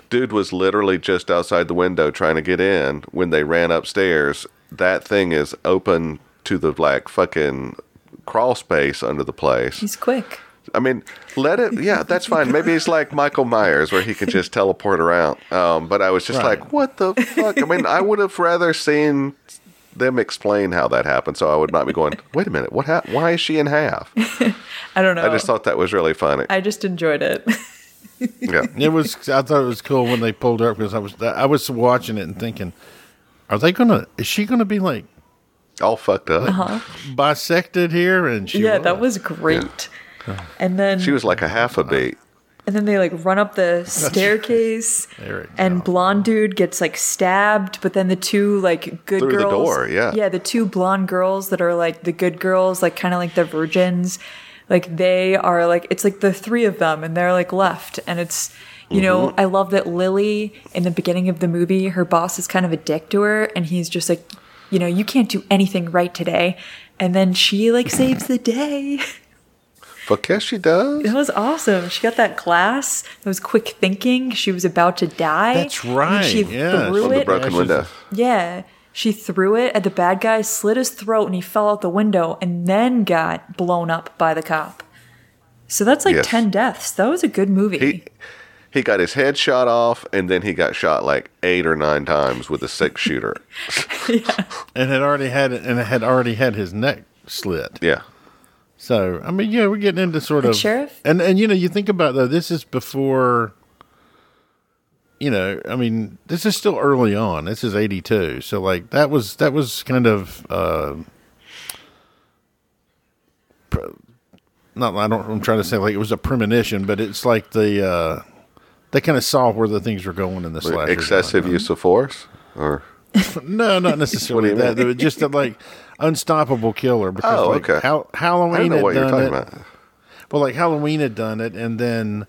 C: Dude was literally just outside the window trying to get in when they ran upstairs. That thing is open to the like fucking crawl space under the place.
E: He's quick.
C: I mean, let it. Yeah, that's fine. Maybe it's like Michael Myers where he can just teleport around. Um, but I was just
D: Right.
C: like, what the fuck? I mean, I would have rather seen them explain how that happened, so I would not be going. Wait a minute, what? hap why is she in half?
E: I don't know.
C: I just thought that was really funny.
E: enjoyed it.
C: yeah,
D: It was. I thought it was cool when they pulled her up because I was I was watching it and thinking, are they gonna? Is she gonna be like
C: all fucked up.
D: bisected here? And she
E: yeah, that was great. And then
C: She was like a half a beat.
E: and then they like run up the staircase,
D: There it
E: and blonde dude gets like stabbed, but then the two like good
C: Through the
E: girls,
C: door, yeah.
E: yeah, the two blonde girls that are like the good girls, like kind of like the virgins, like they are like it's like the three of them, and they're like left, and it's. You know,
C: Mm-hmm.
E: I love that Lily in the beginning of the movie, her boss is kind of a dick to her, and he's just like, you know, you can't do anything right today. And then she like saves the day.
C: Fuck yes, she does.
E: That was awesome. She got that glass. That was quick thinking. She was about to die.
D: That's
E: and
D: right.
E: She
D: yeah,
E: threw
C: From the
E: it.
C: broken
D: Yeah,
C: window.
E: Yeah. She threw it at the bad guy, slit his throat, and he fell out the window and then got blown up by the cop. So that's like
C: Yes.
E: 10 deaths. That was a good movie.
C: He he got his head shot off, and then he got shot like eight or nine times with a six shooter.
D: and had already had it, and had already had his neck slit.
C: Yeah.
D: So I mean, yeah, we're getting into sort of
E: sheriff?
D: and and you know, you think about though, this is before. You know, I mean, this is still early on. This is eighty two, so like that was that was kind of uh, pr- not. I don't. I'm trying to say like it was a premonition, but it's like the uh, they kind of saw where the things were going in the slasher.
C: Excessive use of force, or
D: No, not necessarily
C: What do you
D: that. It was just a, like unstoppable killer. Because,
C: Oh,
D: like,
C: okay.
D: Hal-
C: I
D: Halloween
C: don't know
D: had
C: what you're
D: done
C: talking
D: it.
C: about.
D: Well, like Halloween had done it, and then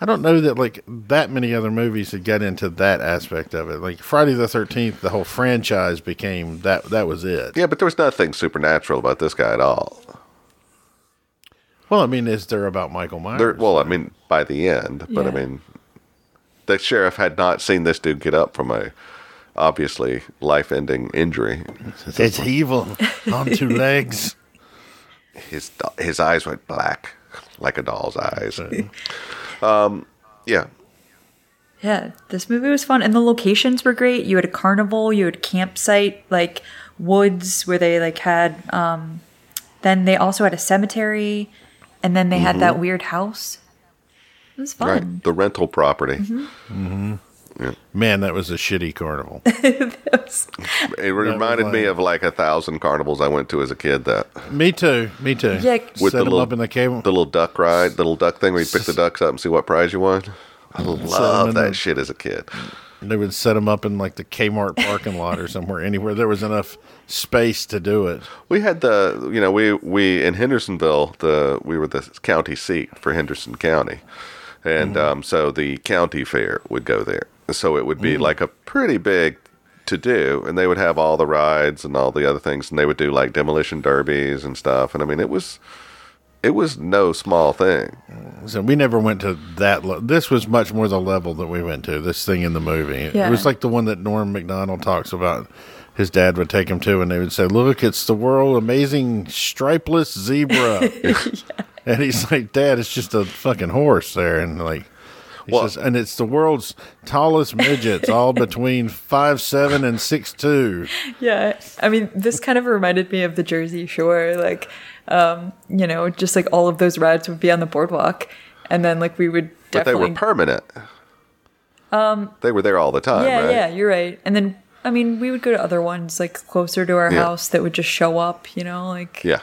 D: I don't know that like that many other movies had got into that aspect of it. Like Friday the Thirteenth, the whole franchise became that. That was it.
C: Yeah, but there was nothing supernatural about this guy at all.
D: Well, I mean, is there about Michael Myers?
C: There, well, I mean, by the end, but I
E: Yeah.
C: mean, the sheriff had not seen this dude get up from a obviously life-ending injury.
D: it's evil on two legs.
C: His do- his eyes went black, like a doll's eyes. Um, yeah,
E: Yeah, this movie was fun, and the locations were great. You had a carnival, you had campsite, like woods where they like had. um Then they also had a cemetery, and then they had that weird house. It was fun.
C: Mm-hmm. right. The rental property.
D: Man, that was a shitty carnival.
C: It reminded me of like a thousand carnivals I went to as a kid. That
D: me too. Me too.
E: Yeah,
D: set
C: With the
D: them
C: little-
D: up in the cable.
C: the little duck ride, the little duck thing where you pick the ducks up and see what prize you won. I love
D: in
C: that
D: the-
C: shit as a kid.
D: They would set them up in like the Kmart parking lot or somewhere, anywhere there was enough space to do it.
C: We had the, you know, we we in Hendersonville, the we were the county seat for Henderson County,
D: Mm-hmm.
C: and um, so the county fair would go there. So it would
D: Mm.
C: be like a pretty big to do, and they would have all the rides and all the other things, and they would do like demolition derbies and stuff. And I mean, it was it was no small thing.
D: So we never went to that. Le- this was much more the level that we went to. This thing in the movie,
E: Yeah.
D: it was like the one that Norm Macdonald talks about. His dad would take him to, and they would say, "Look, it's the world amazing stripeless zebra," and he's like, "Dad, it's just a fucking horse there," and like. he
C: Well-
D: says, and it's the world's tallest midgets, all between five seven and six two.
E: Yeah, I mean, this kind of reminded me of the Jersey Shore. Like, um, you know, just like all of those rides would be on the boardwalk, and then like we would
C: But they
E: definitely.
C: were permanent. Um, they were there all the time,
E: yeah,
C: right?
E: yeah, you're right. And then I mean, we would go to other ones like closer to our
C: Yeah.
E: house that would just show up. You know, like
C: yeah.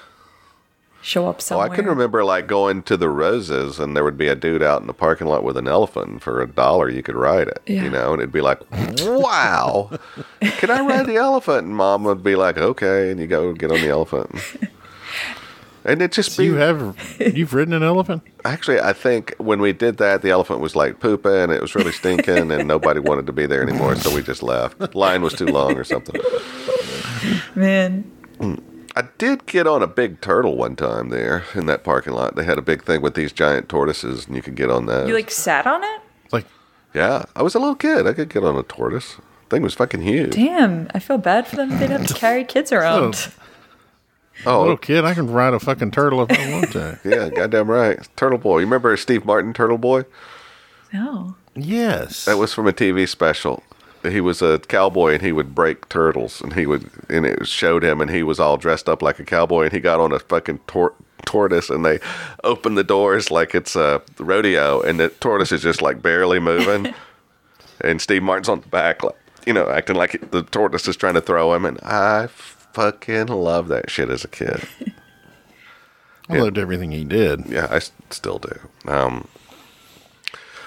E: show up
C: Oh,
E: somewhere.
C: I can remember like going to the Roses, and there would be a dude out in the parking lot with an elephant for a dollar. You could ride it,
E: Yeah.
C: you know, and it'd be like, "Wow, can I ride the elephant?" And Mom would be like, "Okay," and you go get on the elephant, and it just
D: Do
C: be
D: you have you've ridden an elephant?
C: actually. I think when we did that, the elephant was like pooping. It was really stinking, and nobody wanted to be there anymore, so we just left. Line was too long or something.
E: Man,
C: I did get on a big turtle one time there in that parking lot. They had a big thing with these giant tortoises, and you could get on that.
E: you like sat on it?
D: It's like
C: Yeah, I was a little kid. I could get on a tortoise. Thing was fucking huge.
E: Damn, I feel bad for them. They'd have to carry kids around.
C: Oh
D: little kid, I can ride a fucking turtle if I want to.
C: yeah, goddamn right. Turtle Boy. You remember Steve Martin Turtle Boy?
E: No.
D: Yes,
C: That was from a TV special. He was a cowboy and he would break turtles and he would and it showed him and he was all dressed up like a cowboy and he got on a fucking tor- tortoise and they opened the doors like it's a rodeo and the tortoise is just like barely moving and Steve Martin's on the back like you know acting like the tortoise is trying to throw him and I fucking love that shit as a kid.
D: I loved everything he did.
C: Yeah, I s- still do. Um,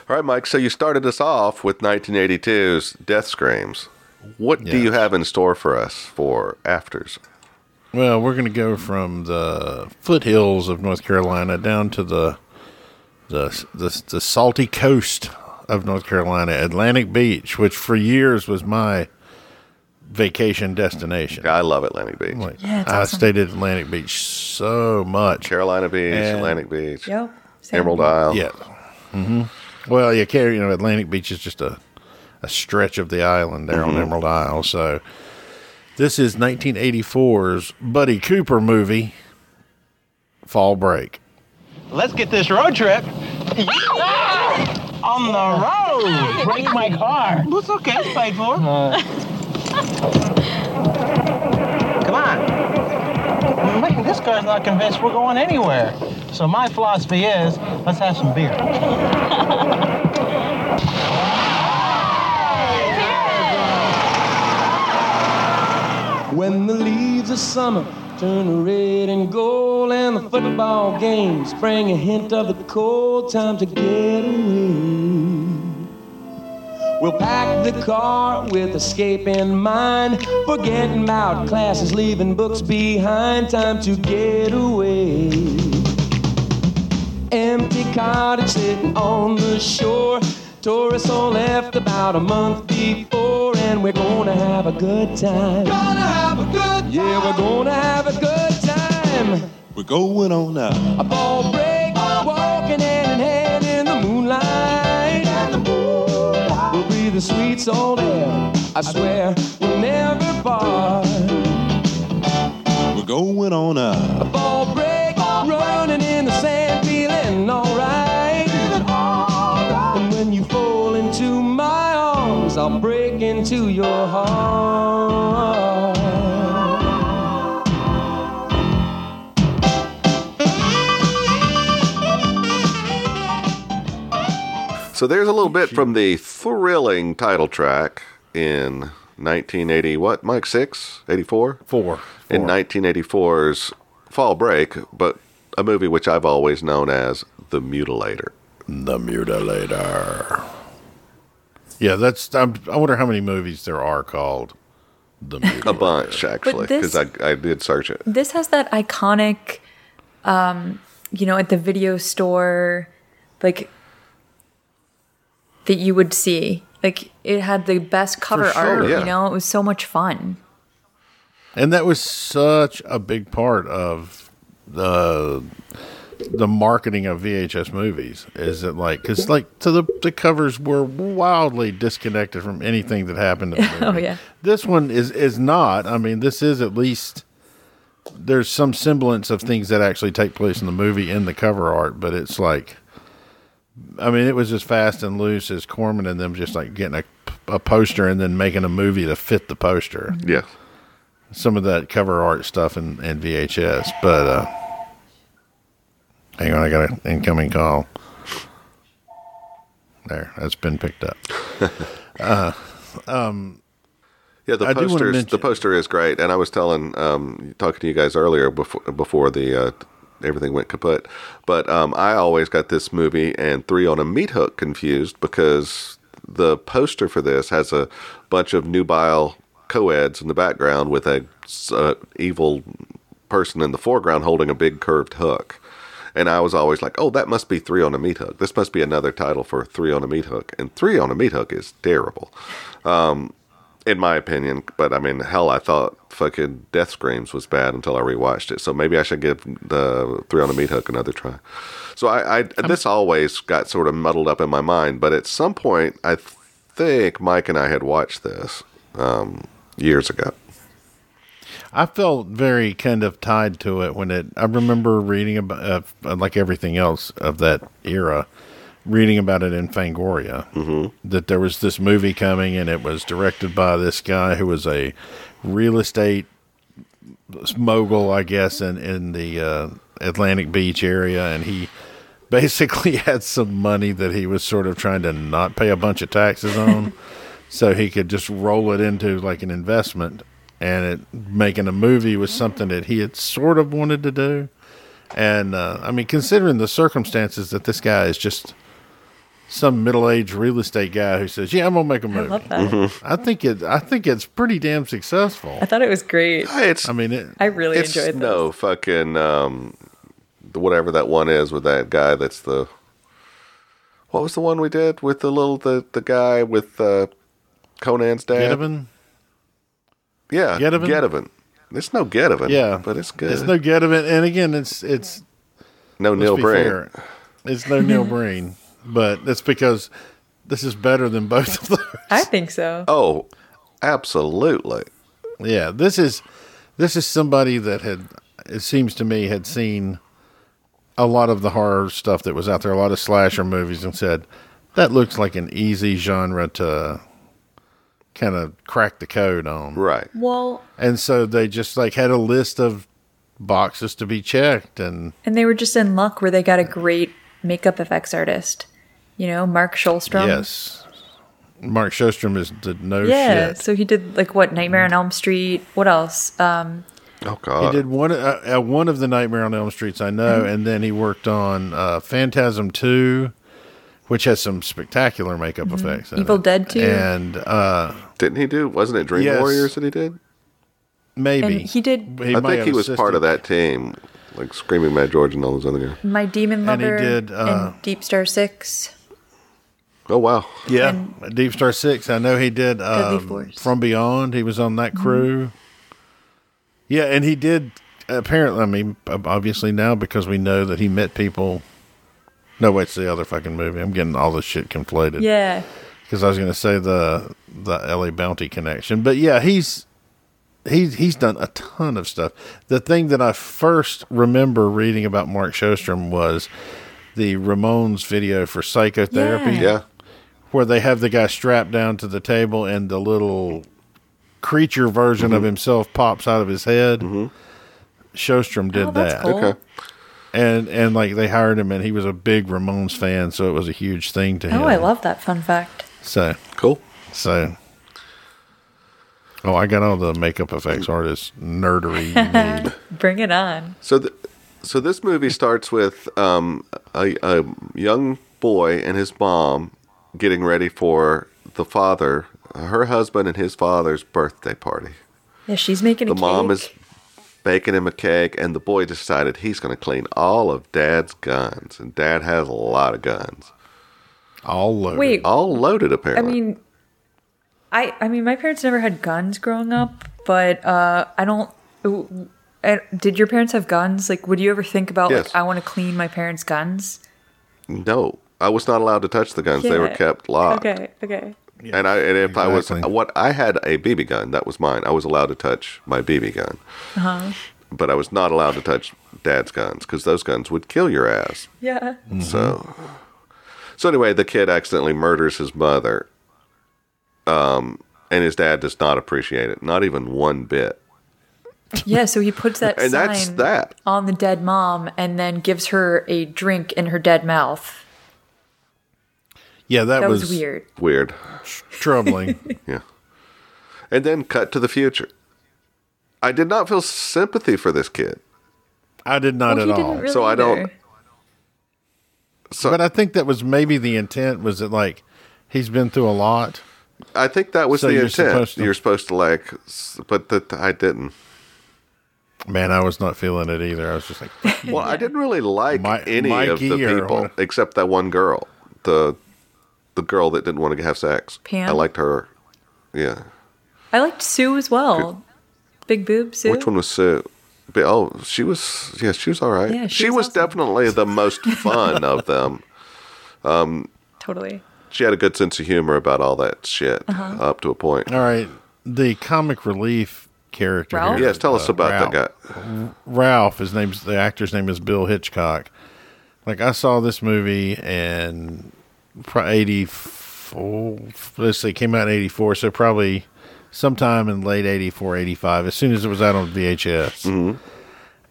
C: all right, Mike. So you started us off with 1982's Death Screams. What do
D: Yeah.
C: you have in store for us for afters?
D: Well, we're going to go from the foothills of North Carolina down to the the the, the salty coast of North Carolina, Atlantic Beach, which for years was my vacation destination.
C: I love Atlantic Beach,
D: Like,
E: Yeah, it's
D: I
E: awesome.
D: stayed at Atlantic Beach so much.
C: Carolina Beach,
D: And-
C: Atlantic Beach,
E: Yep. same.
C: Emerald Isle.
D: Yeah. hmm Well, yeah, Car- you know, Atlantic Beach is just a, a stretch of the island there on Emerald Isle. So this is 1984's Buddy Cooper movie, Fall Break.
H: Let's get this road trip. On the road. Break my car. It's okay. It's paid for. Come on. Man, this car's not convinced we're going anywhere. So my philosophy is, let's have some beer.
I: When the leaves of summer turn red and gold, and the football games bring a hint of the cold time to get away. We'll pack the car with escape in mind. Forgetting about classes, leaving books behind. Time to get away empty cottage sitting on the shore. Tourists all left about a month before, and we're gonna have a good time. Gonna have a good time. Yeah, we're gonna have a good time.
J: We're going on up.
I: A ball break, walking hand in hand in the moonlight. We'll be the sweet soul air. I swear we'll never part.
J: We're going on up.
I: Ball break, running in the sand, feeling alright. And when you fall into my arms, I'll break into your heart.
C: So there's a little bit from the thrilling title track in 1980. What, Mike? Six? 84?
D: Four.
C: in
D: Four.
C: 1984's Fall Break, but a movie which I've always known as The Mutilator.
D: The Mutilator. Yeah, that's. I'm, I wonder how many movies there are called The Mutilator.
C: A bunch, actually, because
E: this-
C: I, I did search it.
E: This has that iconic, um, you know, at the video store, like that you would see. Like it had the best cover
D: sure.
E: art.
C: Yeah.
E: You know, it was so much fun.
D: And that was such a big part of the the marketing of VHS movies. Is it like because like so the the covers were wildly disconnected from anything that happened. In the movie.
E: Oh, yeah.
D: this one is is not. I mean, this is at least there's some semblance of things that actually take place in the movie in the cover art, but it's like. I mean, it was as fast and loose as Corman and them just like getting a, a poster and then making a movie to fit the poster
C: Yeah.
D: some of that cover art stuff and, and VHS. But uh, hang on, I got an incoming call. There, that's been picked up.
C: Yeah, the
D: I do wanna
C: poster
D: mention-
C: the poster is great, and I was telling um, talking to you guys earlier before before the uh, everything went kaput, but um, I always got this movie and Three on a Meat Hook confused because the poster for this has a bunch of nubile co-eds in the background with a s- uh, evil person in the foreground holding a big curved hook. And I was always like, "Oh, that must be three on a meat hook. This must be another title for three on a meat hook." And three on a meat hook is terrible in my opinion. But I mean, hell, I thought fucking Death Screams was bad until I rewatched it. So maybe I should give the Three on a Meat Hook another try. So I, I this always got sort of muddled up in my mind. But at some point, I think Mike and I had watched this um, years ago.
D: I felt very kind of tied to it when it. I remember reading about, uh, like everything else of that era, reading about it in Fangoria mm-hmm. that there was this movie coming and it was directed by this guy who was a real estate mogul, I guess, in in the uh, Atlantic Beach area, and he basically had some money that he was sort of trying to not pay a bunch of taxes on, so he could just roll it into like an investment, and it making a movie was something that he had sort of wanted to do, and uh, I mean, considering the circumstances that this guy is just. Some middle-aged real estate guy who says, "Yeah, I'm gonna make a
E: I
D: movie."
E: love that.
D: I think it. I think it's pretty damn successful.
E: I thought it was great.
C: It's
D: I mean, it,
E: I really
C: it's
E: enjoyed this.
C: no fucking um, whatever that one is with that guy. That's the what was the one we did with the little the the guy with uh, Conan's dad.
D: Gettleman?
C: Yeah,
D: Gettleman?
C: Gettleman. There's no Gettleman.
D: Yeah,
C: but it's good.
D: It's no Gettleman, and again, it's it's
C: no
D: let's
C: Neil
D: be
C: Breen.
D: fair, It's no Neil Breen, but that's because this is better than both of those.
E: I think so.
C: Oh, absolutely.
D: Yeah, this is this is somebody that had it seems to me had seen a lot of the horror stuff that was out there, a lot of slasher movies, and said that looks like an easy genre to kind of crack the code on.
C: Right.
E: Well,
D: And so they just like had a list of boxes to be checked and
E: and they were just in luck where they got a great makeup effects artist. You know, Mark Schulstrom.
D: yes. Mark Shostrom is the no
E: Yeah,
D: shit.
E: so he did like what Nightmare on Elm Street. What else? Um,
C: Oh
D: He
C: God.
D: did one uh, uh, one of the Nightmare on Elm Streets I know and then he worked on uh, Phantasm 2 which has some spectacular makeup effects. in
E: Evil
D: it.
E: Dead 2.
D: and uh,
C: Didn't he do? Wasn't it Dream
D: Yes.
C: Warriors that he did?
D: maybe
E: And he did
D: He
C: I
D: might
C: think
D: have
C: he was
D: assisted.
C: part of that team, like Screaming Mad George and all those other guys.
E: My Demon
D: and he
E: Lover
D: did, uh,
E: and Deep Star 6.
C: Oh wow!
D: Yeah, Deep Star Six. I know he did um,
E: Force. Mm-hmm.
D: From Beyond. He was on that crew. Yeah, and he did. Apparently, I mean, ob- obviously now because we know that he met people. No, wait, it's the other fucking movie. I'm getting all this shit conflated.
E: Yeah.
D: because I was going to say the the LA Bounty connection, but yeah, he's he's he's done a ton of stuff. The thing that I first remember reading about Mark Shostrom was the Ramones video for psychotherapy,
E: Yeah.
C: Yeah,
D: where they have the guy strapped down to the table and the little creature version of himself pops out of his head. Shostrom did
E: Oh, that's
D: that
E: cool.
C: Okay.
D: and and like they hired him and he was a big Ramones fan so it was a huge thing to him.
E: Oh, I love that fun fact.
D: So
C: cool.
D: so, oh, I got all the makeup effects artist nerdery. you need.
E: Bring it on.
C: So, th- so this movie starts with um, a, a young boy and his mom getting ready for the father, her husband, and his father's birthday party.
E: Yeah, she's making a
C: The mom
E: cake.
C: is baking him a cake, and the boy decided he's going to clean all of dad's guns, and dad has a lot of guns,
D: all loaded.
E: Wait,
C: all loaded
E: I
C: apparently.
E: mean, I I mean, my parents never had guns growing up, but uh, I don't. w- uh, Did your parents have guns? Like, would you ever think about
C: Yes.
E: like I want to clean my parents' guns?
C: no, I was not allowed to touch the guns; they were
E: Yeah.
C: kept locked.
E: Okay, okay.
C: And I and if I
D: Exactly.
C: was what I had a BB gun that was mine. I was allowed to touch my BB gun,
E: Uh-huh.
C: but I was not allowed to touch Dad's guns because those guns would kill your ass.
E: Yeah.
C: So, so anyway, the kid accidentally murders his mother, um, and his dad does not appreciate it, not even one bit.
E: Yeah. So he puts that
C: And that's
E: sign
C: that.
E: on the dead mom, and then gives her a drink in her dead mouth.
D: yeah, that,
E: That
D: was,
E: was weird.
C: Weird,
D: troubling.
C: yeah. And then cut to the future. I did not feel sympathy for this kid.
D: I did not
E: Well,
D: at
E: Oh, he
D: all.
E: didn't really
C: So I don't-
E: either.
C: So
D: but I think that was maybe the intent. Was it like he's been through a lot?
C: I think that was
D: So
C: the
D: you're
C: intent.
D: supposed to-
C: You're supposed to like, s- but that I didn't.
D: Man, I was not feeling it either. I was just like, fuck you.
C: Well, I didn't really like
D: Mi-
C: any of the
D: Mikey or
C: people
D: what-
C: except that one girl, the the girl that didn't want to have sex.
E: Pam?
C: I liked her. Yeah.
E: I liked Sue as well. Big boob Sue.
C: Which one was Sue? But, oh, she was. Yeah, she was all right.
E: Yeah,
C: she
E: she
C: was,
E: was awesome.
C: definitely the most fun of them.
E: Totally.
C: She had a good sense of humor about all that shit
E: Uh-huh.
C: up to a point.
D: all right, the comic relief character.
E: Ralph?
D: here,
C: Yes, tell us
D: uh,
C: about
D: Ralph.
C: that guy.
D: Ralph, his name's the actor's name is Bill Hitchcock. Like I saw this movie in eighty four. Let's say it came out in eighty four, so probably sometime in late 84, 85, As soon as it was out on VHS,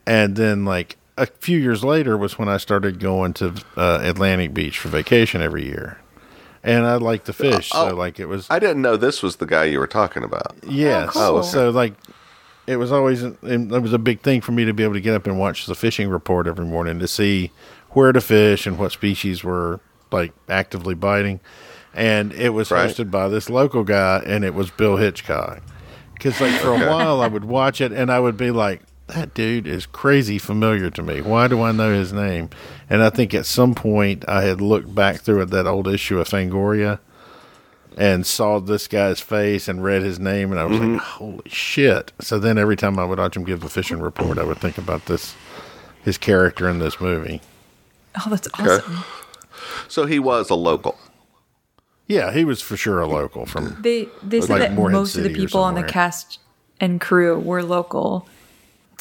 D: and then like a few years later was when I started going to uh, Atlantic Beach for vacation every year, and I liked to fish,
C: oh,
D: so like it was
C: I didn't know this was the guy you were talking about.
D: Yes.
E: Oh, cool.
D: So like, it was always it was a big thing for me to be able to get up and watch the fishing report every morning to see where to fish and what species were like actively biting, and it was
C: Right.
D: hosted by this local guy, and it was Bill Hitchcock. Because like for a while I would watch it and I would be like, that dude is crazy familiar to me. Why do I know his name? And I think at some point I had looked back through at that old issue of Fangoria and saw this guy's face and read his name, and I was
C: Mm-hmm.
D: like, "Holy shit!" So then every time I would watch him give the fishing report, I would think about this, his character in this movie.
E: Oh, that's awesome.
C: So he was a local.
D: Yeah, he was for sure a local from.
E: They they said
D: Like
E: that
D: Morehead
E: most of the
D: City or
E: people on the
D: somewhere.
E: cast and crew were local.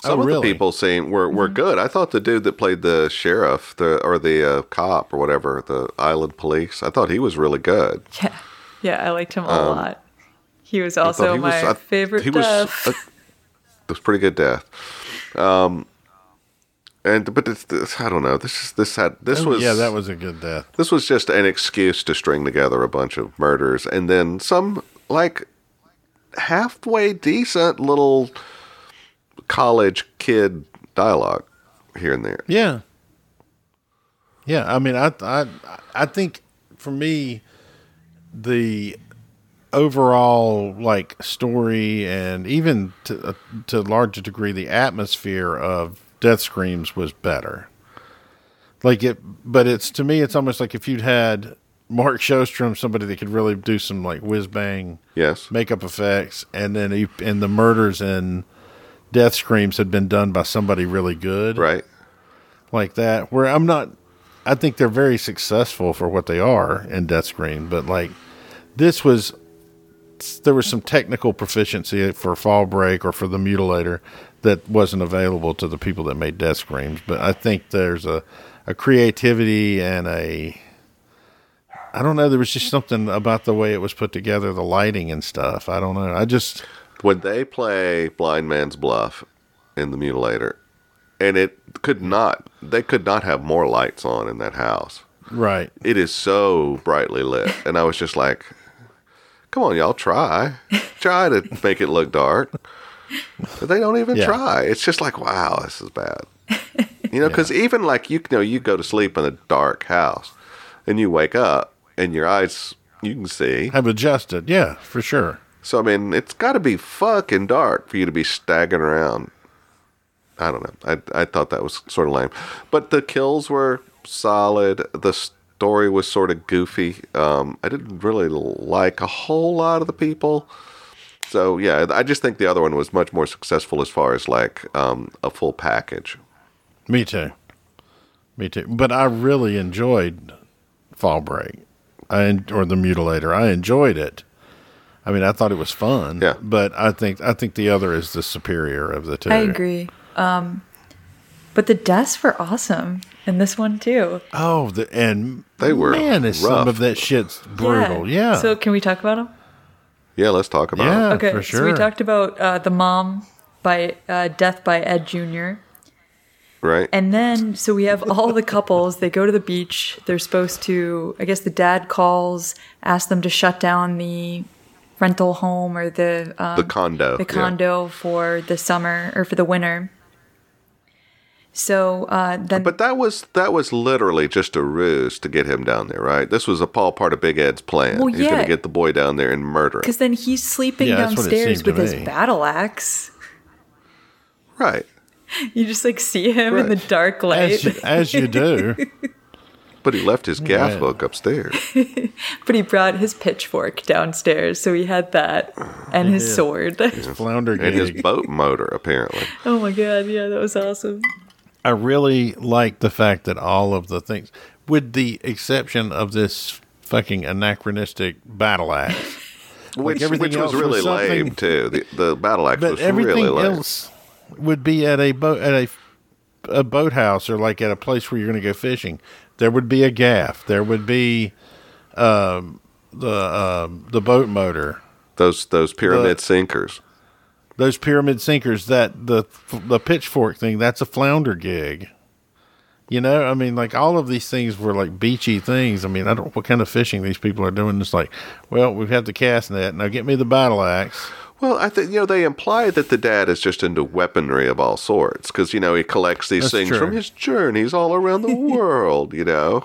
C: Some
D: Oh,
C: of
D: really? Mm-hmm.
C: the people seen were, were good. I thought the dude that played the sheriff the or the uh, cop or whatever, the island police, I thought he was really good.
E: Yeah, yeah, I liked him a lot. He was
C: Um, I thought
E: also
C: he was-
E: my
C: I-
E: favorite
C: He was,
E: Duff.
C: uh, it was pretty good death. Um, and but it's, this, I don't know. This is this had this was
D: Oh, yeah, that was a good death.
C: this was just an excuse to string together a bunch of murders and then some like halfway decent little college kid dialogue here and there.
D: Yeah. Yeah, I mean, I I I think for me, the overall like story and even to uh, to a larger degree the atmosphere of Death Screams was better. Like it, but it's to me, it's almost like if you'd had Mark Shostrom, somebody that could really do some like whiz bang,
C: Yes.
D: makeup effects, and then he, and the murders and death screams had been done by somebody really good,
C: Right.
D: Like that. Where I'm not, I think they're very successful for what they are in death scream, but like this was, there was some technical proficiency for fall break or for the mutilator that wasn't available to the people that made death screams. But I think there's a a creativity and a I don't know. There was just something about the way it was put together, the lighting and stuff. I don't know. I just
C: When they play Blind Man's Bluff in The Mutilator, and it could not, they could not have more lights on in that house.
D: right.
C: It is so brightly lit. And I was just like, come on, y'all, try. Try to make it look dark. But they don't even
D: Yeah.
C: try. It's just like, wow, this is bad. You know, because even like you, know, you go to sleep in a dark house and you wake up and your eyes, you can see.
D: Have adjusted. Yeah, for sure.
C: So I mean, it's got to be fucking dark for you to be staggering around. I don't know. I I thought that was sort of lame, but the kills were solid. The story was sort of goofy. Um, I didn't really like a whole lot of the people. So yeah, I just think the other one was much more successful as far as like um, a full package.
D: Me too. Me too. But I really enjoyed Fall Break, I en- or the Mutilator. I enjoyed it. I mean, I thought it was fun.
C: Yeah.
D: But I think I think the other is the superior of the two.
E: I agree. Um, but the deaths were awesome in this one too.
D: Oh, the, and
C: They were
D: man, is some
C: rough.
D: of that shit's brutal. Yeah.
E: So can we talk about them?
C: Yeah, let's talk about
D: Yeah.
C: it.
E: Okay,
D: for
E: so we
D: sure.
E: talked about uh, the mom by uh, death by Ed Jr.
C: right.
E: And then, so we have all the couples. They go to the beach. They're supposed to. I guess the dad calls, asks them to shut down the rental home or the um,
C: the condo.
E: the
C: yeah.
E: condo for the summer or for the winter. So uh, then,
C: But that was that was literally just a ruse to get him down there, right? This was a Paul part of Big Ed's plan.
E: Well,
C: He's going
E: yeah.
C: to get the boy down there and murder him.
E: because then he's sleeping
D: Yeah, that's what it
E: downstairs
D: seemed to
E: with his
D: me.
E: battle axe.
C: Right.
E: You just like see him in the
C: Right.
E: dark light,
D: as you, as you do.
C: But he left his gas
D: Right.
C: book upstairs.
E: but he brought his pitchfork downstairs, so he had that and
D: Oh,
E: his sword.
D: Flounder
C: and his
D: gig.
C: boat motor, apparently.
E: oh my god, yeah, that was awesome.
D: I really like the fact that all of the things, with the exception of this fucking anachronistic battle axe,
C: Which,
D: everything
C: which was
D: else was
C: really
D: something-
C: lame, too. The, the battle axe
D: but
C: was
D: everything
C: really lame.
D: else would be at a boat at a a boathouse or like at a place where you're going to go fishing. There would be a gaff. There would be um, the um, the boat motor.
C: Those those pyramid
D: The-
C: sinkers.
D: Those pyramid sinkers. That the the pitchfork thing. That's a flounder gig. You know, I mean, like all of these things were like beachy things. I mean, I don't what kind of fishing these people are doing. It's like, well, we've had the cast net. Now get me the battle axe.
C: Well, I think you know they imply that the dad is just into weaponry of all sorts because you know he collects these
D: That's
C: things
D: true.
C: from his journeys all around the world. You know,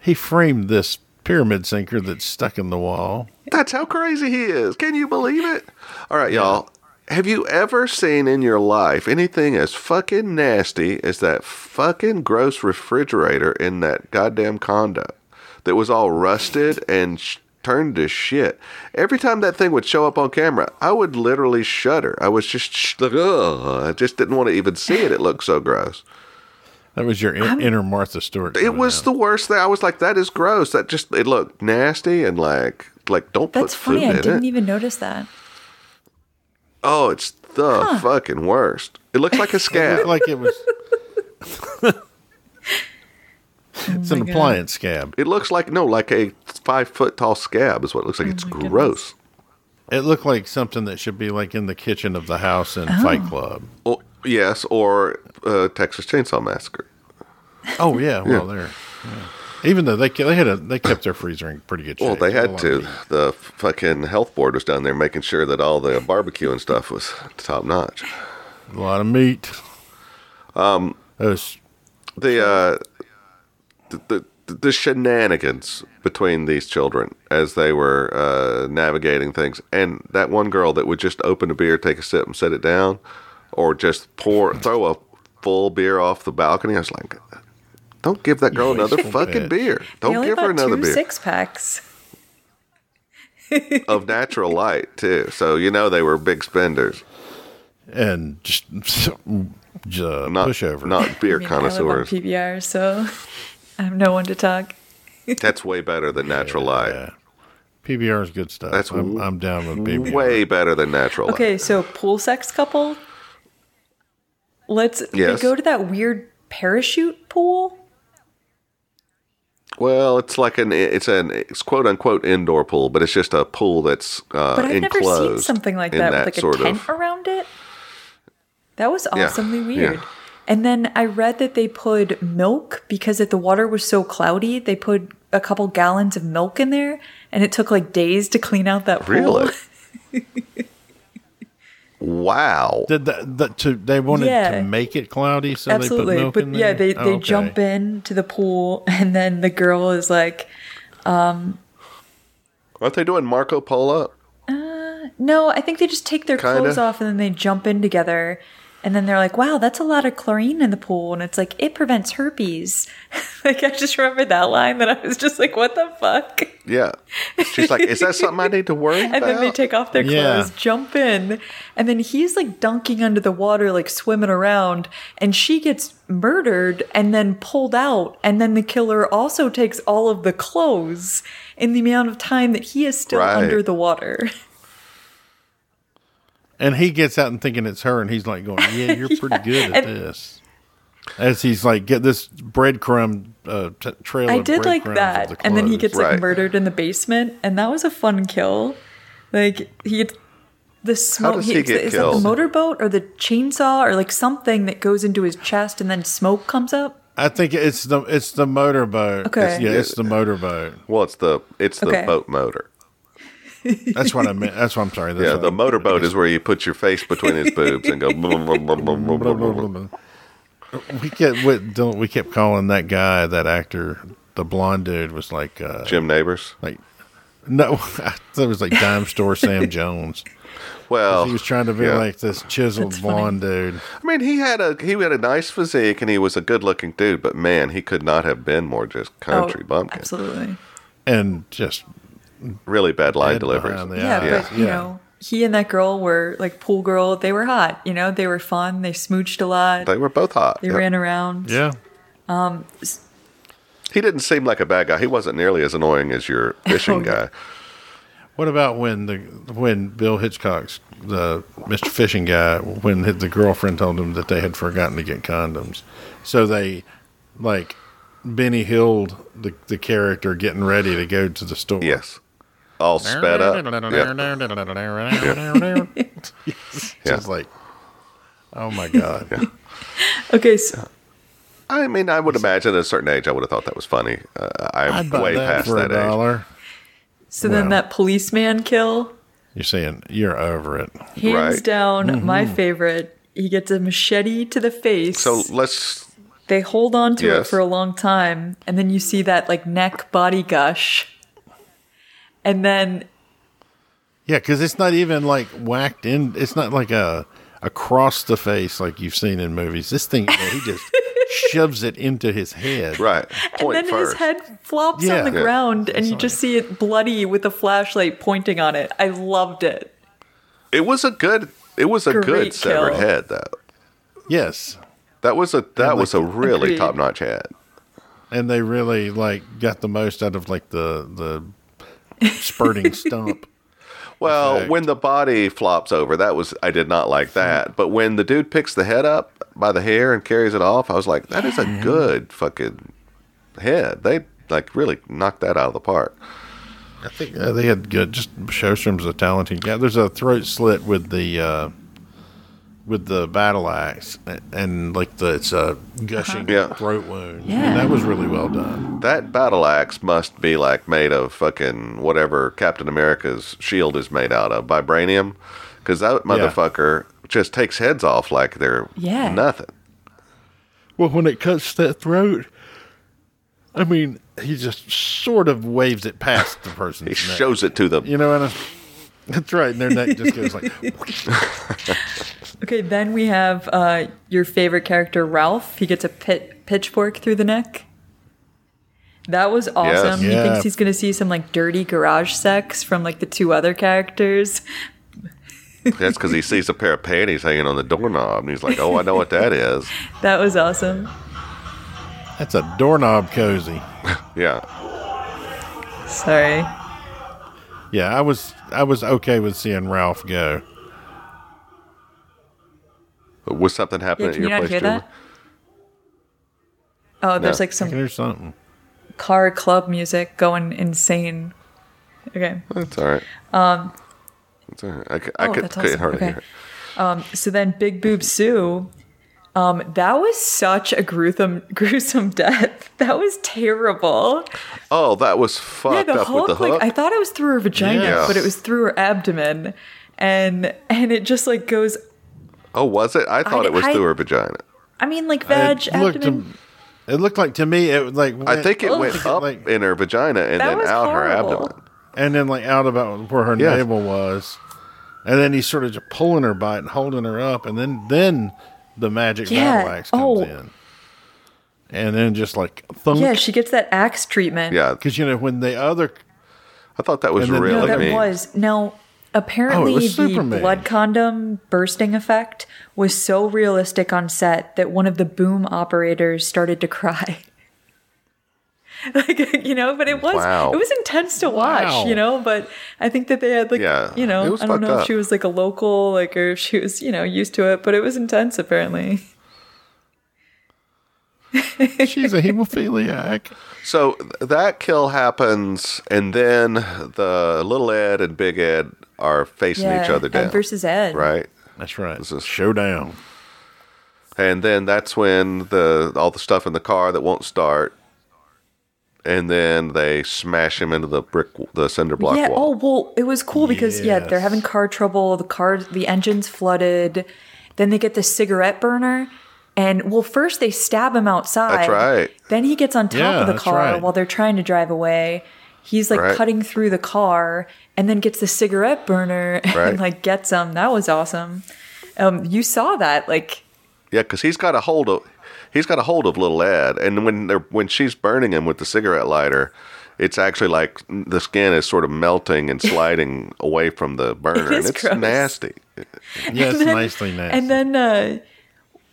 D: He framed this pyramid sinker that's stuck in the wall.
C: That's how crazy he is. Can you believe it? All right, y'all. Have you ever seen in your life anything as fucking nasty as that fucking gross refrigerator in that goddamn condo that was all rusted and sh- turned to shit? Every time that thing would show up on camera, I would literally shudder. I was just sh- like, ugh. I just didn't want to even see it. It looked so gross.
D: That was your in- inner Martha Stewart.
C: It
D: coming
C: was
D: out.
C: the worst thing. I was like, that is gross. That just it looked nasty and like like don't
E: That's
C: put food
E: funny.
C: in
E: I didn't
C: it.
E: even notice that.
C: Oh, it's the fucking worst. It looks like a scab.
D: like it was. it's an appliance scab.
C: it looks like no, like a five foot tall scab is what it looks like. it's gross.
D: It looked like something that should be like in the kitchen of the house in Fight Club.
C: Oh, yes, or uh, Texas Chainsaw Massacre.
D: Oh yeah, well there. yeah. Even though they ke- they had a they kept their freezer in pretty good shape.
C: Well, Oh, they
D: Had a
C: had
D: lot of
C: to.
D: meat.
C: The fucking health board was down there making sure that all the barbecue and stuff was top notch.
D: A lot of meat. Um, was
C: The uh, the, the the shenanigans between these children as they were uh, navigating things, and that one girl that would just open a beer, take a sip, and set it down, or just pour throw a full beer off the balcony. I was like, don't give that girl another fucking beer.
E: they
C: Don't
E: only
C: give
E: bought
C: her another
E: two
C: beer
E: six packs.
C: of natural light too. So you know they were big spenders,
D: and just, just uh,
C: not
D: pushover.
C: not beer
E: I mean, I live on
C: connoisseurs.
E: PBR, so I'm no one to talk.
C: That's way better than natural light.
D: PBR is good stuff.
C: That's
D: I'm, I'm down with PBR.
C: Way better than natural light.
E: Okay, so pool sex couple. Let's they
C: Yes.
E: go to that weird parachute pool.
C: Well, it's like an it's an it's quote unquote indoor pool, but it's just a pool that's uh,
E: But I've never
C: enclosed.
E: seen something like
C: in
E: that, with like
C: sort
E: a tent
C: of-
E: around it. That was
C: Yeah,
E: awesomely
C: yeah.
E: weird. And then I read that they put milk because if the water was so cloudy, they put a couple gallons of milk in there, and it took like days to clean out that pool.
C: Really? wow.
D: Did that, that to, they wanted
E: Yeah.
D: to make it cloudy, so
E: Absolutely.
D: they put milk
E: but
D: in
E: yeah,
D: there?
E: they, they
D: Oh, okay.
E: jump in to the pool and then the girl is like,
C: Aren't they doing Marco Polo?
E: No, I think they just take their
C: Kinda.
E: clothes off and then they jump in together and then they're like, Wow, that's a lot of chlorine in the pool and it's like it prevents herpes. like I just remember that line that I was just like, What the fuck?
C: Yeah. She's like, is that something I need to worry about?
E: And then they take off their
D: Yeah.
E: clothes, jump in, and then he's like dunking under the water, like swimming around, and she gets murdered and then pulled out, and then the killer also takes all of the clothes in the amount of time that he is still
C: Right.
E: under the water.
D: And he gets out and thinking it's her, and he's like going, "Yeah, you're pretty good at this." As he's like, get this breadcrumb uh, t- trail.
E: I
D: of
E: did like
D: breadcrumbs of
E: that,
D: the
E: and then he
D: clothes.
E: gets
C: Right.
E: like murdered in the basement, and that was a fun kill. Like he, the smoke.
C: does he
E: it's the-
C: get
E: is that the
C: killed?
E: motorboat or the chainsaw or like something that goes into his chest, and then smoke comes up?
D: I think it's the it's the motorboat.
E: Okay.
D: It's- yeah, it's the motorboat.
C: well, it's the it's the
E: Okay.
C: boat motor.
D: That's what I meant. That's what I'm sorry. That's
C: Yeah,
D: what
C: the
D: I-
C: motorboat is where you put your face between his boobs and go. blum, blum, blum, blum, blum,
D: Blah,
C: blum,
D: blah,
C: blum.
D: blah, blah. We kept we, don't, we kept calling that guy that actor the blonde dude was like uh,
C: Jim Neighbors.
D: like no I thought it was like dime store Sam Jones.
C: Well,
D: He was trying to be
C: Oh, yeah.
D: like this chiseled
E: That's funny.
D: blonde dude.
C: I mean, he had a he had a nice physique and he was a good looking dude, but man, he could not have been more just
E: Oh,
C: country bumpkin.
E: absolutely.
D: and just
C: Really bad line
D: Head
C: deliveries.
D: behind the
E: Yeah,
D: Yeah.
E: but you
D: Yeah.
E: know, he and that girl were like pool girl. They were hot. You know, they were fun. They smooched a lot.
C: They were both hot.
E: They
C: Yeah.
E: ran around.
D: yeah.
C: He didn't seem like a bad guy. He wasn't nearly as annoying as your
E: Oh,
C: fishing guy.
D: What about when the when Bill Hitchcock's the Mr. Fishing guy when his, the girlfriend told him that they had forgotten to get condoms, so they like Benny Hilled the the character getting ready to go to the store.
C: Yes. All sped up. Yeah.
D: just like oh my god.
E: Okay, so
C: I mean, I would imagine at a certain age, I would have thought that was funny. Uh, I'm
D: I'd buy
C: way
D: that
C: past
D: for
C: that
D: a
C: age.
D: dollar.
E: so then
D: Wow.
E: that policeman kill,
D: You're saying you're over it.
E: hands
C: Right.
E: down,
D: Mm-hmm.
E: my favorite. He gets a machete to the face.
C: So let's.
E: they hold on to it
C: Yes.
E: for a long time, and then you see that like neck body gush, and then
D: Yeah, because it's not even like whacked in. It's not like a across the face like you've seen in movies. This thing, you know, he just shoves it into his head.
C: Right. Point
E: and then
C: first.
E: his head flops
D: Yeah.
E: on the
D: Yeah.
E: ground, and you just see it bloody with a flashlight pointing on it. I loved it.
C: it was a good. It was a
E: Great
C: good severed
E: kill.
C: head, though.
D: Yes,
C: That was a that was a really
E: Agreed.
C: top notch head.
D: and they really like got the most out of like the the spurting stump.
C: Well,
D: effect.
C: when the body flops over, that was I did not like that. But when the dude picks the head up by the hair and carries it off, I was like, that is a good fucking head. They like really knocked that out of the park.
D: I think uh, they had good. Just Showstrom's a talented guy. There's a throat slit with the uh, with the battle axe, and, and like the it's a gushing
C: Yeah.
D: throat wound.
E: Yeah.
D: and that was really well done.
C: That battle axe must be like made of fucking whatever Captain America's shield is made out of, vibranium, because that motherfucker just takes heads off like they're
E: Yeah.
C: nothing.
D: Well, when it cuts that throat, I mean, he just sort of waves it past the person.
C: He shows it to them.
D: You know, and that's right. And their neck just goes like.
E: Okay, then we have uh, your favorite character, Ralph. He gets a pit- pitchfork through the neck. That was awesome. He
D: Yeah.
E: thinks he's going to see some like dirty garage sex from like the two other characters.
C: That's because he sees a pair of panties hanging on the doorknob, and he's like, "Oh, I know what that is."
E: That was awesome.
D: That's a doorknob cozy.
C: Yeah,
E: Sorry.
D: Yeah, I was I was okay with seeing Ralph go.
C: was something happening
E: Yeah,
C: at
E: can you
C: your
E: not
C: place
E: hear
C: too?
E: that? Oh, there's
C: No.
E: like
D: I can
E: some
D: hear something.
E: car club music going insane. Okay.
C: That's all right. Um, it's all right. I, c- I
E: Oh,
C: could,
E: that's
C: couldn't
E: awesome.
C: hardly
E: Okay. Um,
C: hear it.
E: So then Big Boob Sue, um, that was such a gruesome gruesome death. That was terrible.
C: Oh, that was fucked up with the hook.
E: like I thought it was through her vagina,
C: Yeah.
E: but it was through her abdomen. And and it just like goes
C: oh, was it? I thought
E: I-
C: it was
E: I-
C: through her vagina.
E: I mean like veg
D: it looked
E: abdomen.
D: to- it looked like to me it was like
C: I think it
E: Ugh.
C: went up
D: Like-
C: in her vagina and
E: Oh. That
C: then
E: was
C: out her
E: horrible.
C: abdomen.
D: and then like out about where her
C: Yes.
D: navel was, and then he's sort of just pulling her by it and holding her up, and then then the magic
E: Yeah.
D: battle axe comes
E: Oh.
D: in, and then just like thunk.
E: yeah, she gets that axe treatment.
C: Yeah,
D: because you know when the other
C: I thought that was
D: And then-
C: really
E: No, that
C: mean.
E: was
C: Oh,
E: now apparently
D: Oh, it was
E: the
D: Superman.
E: blood condom bursting effect was so realistic on set that one of the boom operators started to cry. like you know, but it was
C: Wow.
E: it was intense to watch,
D: Wow.
E: you know, but I think that they had like
C: Yeah,
E: you
C: it
E: know,
C: was
E: I don't
C: fucked
E: know
C: up.
E: if she was like a local like or if she was, you know, used to it, but it was intense apparently.
D: she's a hemophiliac.
C: So th- that kill happens, and then the little Ed and Big Ed are facing each other
E: Ed
C: down,
E: versus Ed.
C: right?
D: That's right. This
C: is-
D: is showdown.
C: And then that's when the all the stuff in the car that won't start, and then they smash him into the brick, w- the cinder block
E: yeah,
C: wall.
E: oh well, it was cool because yeah, they're
D: Yes.
E: having car trouble. The car, the engine's flooded. Then they get the cigarette burner, and well, first they stab him outside.
C: That's right.
E: Then he gets on top
D: Yeah,
E: of the
D: that's
E: car
D: right.
E: while they're trying to drive away. He's like
C: Right.
E: cutting through the car, and then gets the cigarette burner
C: Right.
E: and like gets him. That was awesome. Um, you saw that, like
C: Yeah, because he's got a hold of he's got a hold of little Ed, and when they're when she's burning him with the cigarette lighter, it's actually like the skin is sort of melting and sliding away from the burner, and
E: is
C: it's
E: gross.
C: nasty.
D: Yeah, it's
E: And then-
D: nicely nasty.
E: And then, uh,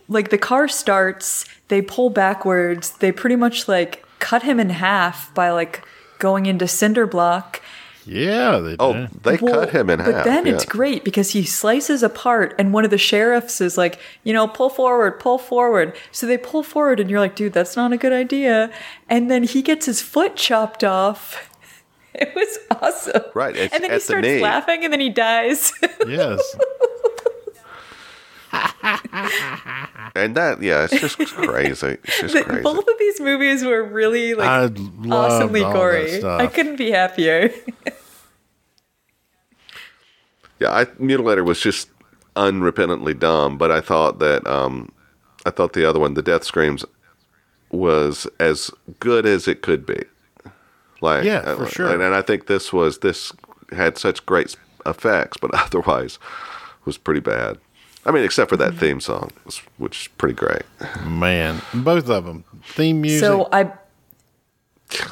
E: like, the car starts, they pull backwards, they pretty much, like, cut him in half by, like, going into cinder block.
D: yeah, they
C: Oh,
D: did.
C: they
E: Well,
C: cut him in
E: but
C: half.
E: then it's
C: yeah.
E: great because he slices apart, and one of the sheriffs is like, you know, pull forward, pull forward. So they pull forward, and you're like, dude, that's not a good idea. And then he gets his foot chopped off. It was awesome.
C: Right, it's
E: and then
C: at
E: he
C: the
E: starts
C: knee.
E: laughing, and then he dies.
D: yes.
C: And that, yeah, it's just crazy. It's just
E: Th-
C: crazy.
E: Both of these movies were really like
D: I loved
E: awesomely
D: all that
E: gory.
D: stuff.
E: I couldn't be happier.
C: Yeah, I, Mutilator was just unrepentantly dumb, but I thought that um, I thought the other one, the Death Screams, was as good as it could be. Like,
D: Yeah,
C: uh,
D: for sure.
C: And, and I think this was this had such great effects, but otherwise was pretty bad. I mean, except for
D: Mm-hmm.
C: that theme song, which- which is pretty great.
D: Man, both of them theme music.
E: so I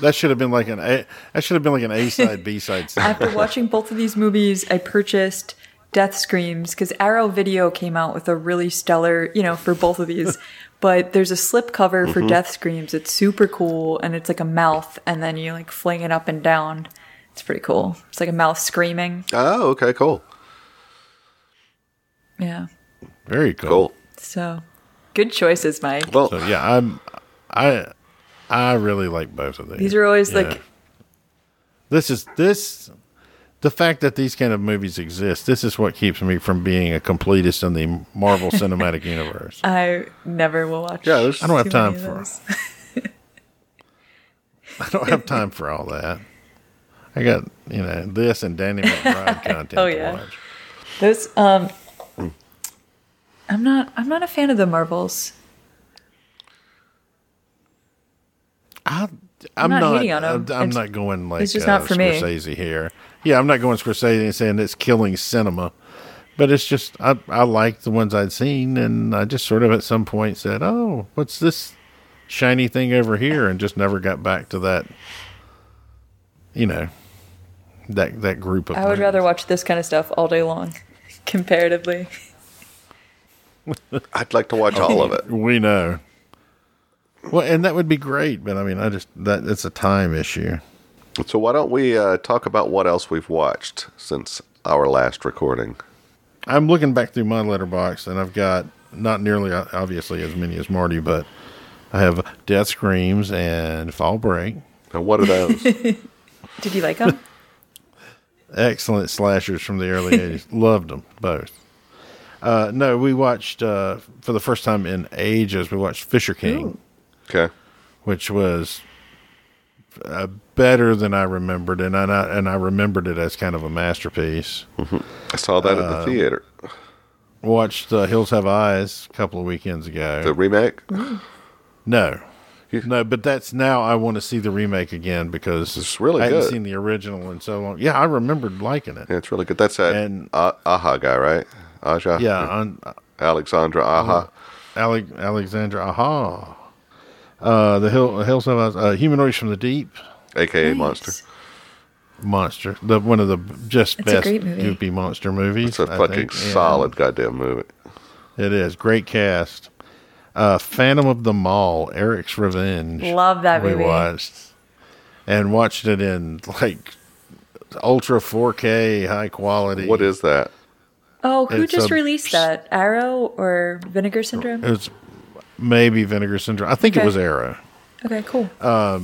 D: that should have been like an a, that should have been like an A side B side. single.
E: after watching both of these movies, I purchased Death Screams because Arrow Video came out with a really stellar, you know, for both of these. but there's a slipcover
D: Mm-hmm.
E: for Death Screams. It's super cool, and it's like a mouth, and then you like fling it up and down. It's pretty cool. It's like a mouth screaming.
C: Oh, okay, cool,
E: Yeah.
D: Very cool.
C: cool.
E: So good choices, Mike.
C: Well,
D: So yeah, I'm I I really like both of these.
E: These are always like
D: this is this the fact that these kind of movies exist. This is what keeps me from being a completist in the Marvel Cinematic Universe.
E: I never will watch.
C: yeah, there's
D: I don't have
E: too many
D: time
E: of
D: for
E: those.
D: I don't have time for all that. I got you know this and Danny McBride content.
E: Oh,
D: to
E: yeah.
D: watch.
E: Those um I'm not I'm not a fan of the marbles.
D: I I'm
E: not
D: not.
E: hating on him.
D: I'm- I'm
E: It's-
D: not going like
E: it's just
D: uh,
E: not for me.
D: Scorsese here. Yeah, I'm not going Scorsese and saying it's killing cinema, but it's just I I liked the ones I'd seen, and I just sort of at some point said, "Oh, what's this shiny thing over here?" and just never got back to that. You know, that that group of.
E: I would
D: movies.
E: rather watch this kind of stuff all day long, comparatively.
C: I'd like to watch
D: Oh.
C: all of it.
D: We know. Well, and that would be great, but I mean, I just that it's a time issue.
C: So why don't we uh, talk about what else we've watched since our last recording?
D: I'm looking back through my letterbox, and I've got not nearly uh, obviously as many as Marty, but I have Death Screams and Fall Break.
C: And what are those?
E: Did you like them?
D: Excellent slashers from the early '80s. Loved them both. Uh, no, we watched uh, for the first time in ages. We watched Fisher King,
C: okay.
D: which was uh, better than I remembered, and I and I- and I remembered it as kind of a masterpiece.
C: I saw that
D: Um,
C: at the theater.
D: Watched uh, Hills Have Eyes a couple of weekends ago.
C: The remake?
E: Mm-hmm.
D: No.
C: You-
D: No, but that's now I want to see the remake again because
C: It's really
D: I hadn't
C: good.
D: seen the original in so long. Yeah, I remembered liking it.
C: Yeah, it's really good. That's that
D: And-
C: Ah- Aha guy, right? Aja?
D: Yeah, Uh-huh. on
C: Alexandra Aha.
D: Ale- Alexandra Aha. Uh, the Hill Hills Have Eyes, uh, Humanoids from the Deep
C: AKA
E: Nice.
C: Monster.
D: Monster. The one of the just
E: It's a
D: best
E: great movie.
D: goopy monster movies.
C: It's a
D: I
C: fucking
D: think, and
C: solid goddamn movie.
D: It is great cast. Uh, Phantom of the Mall, Eric's Revenge.
E: Love that
D: we
E: movie.
D: watched and watched it in like ultra 4K high quality.
C: What is that?
E: Oh, who
D: It's
C: um,
E: just
D: a-
E: released that? Arrow or Vinegar Syndrome?
C: Oh,
D: it was maybe Vinegar Syndrome. I think it
E: Okay.
D: was Arrow.
E: Okay, cool.
C: Uh,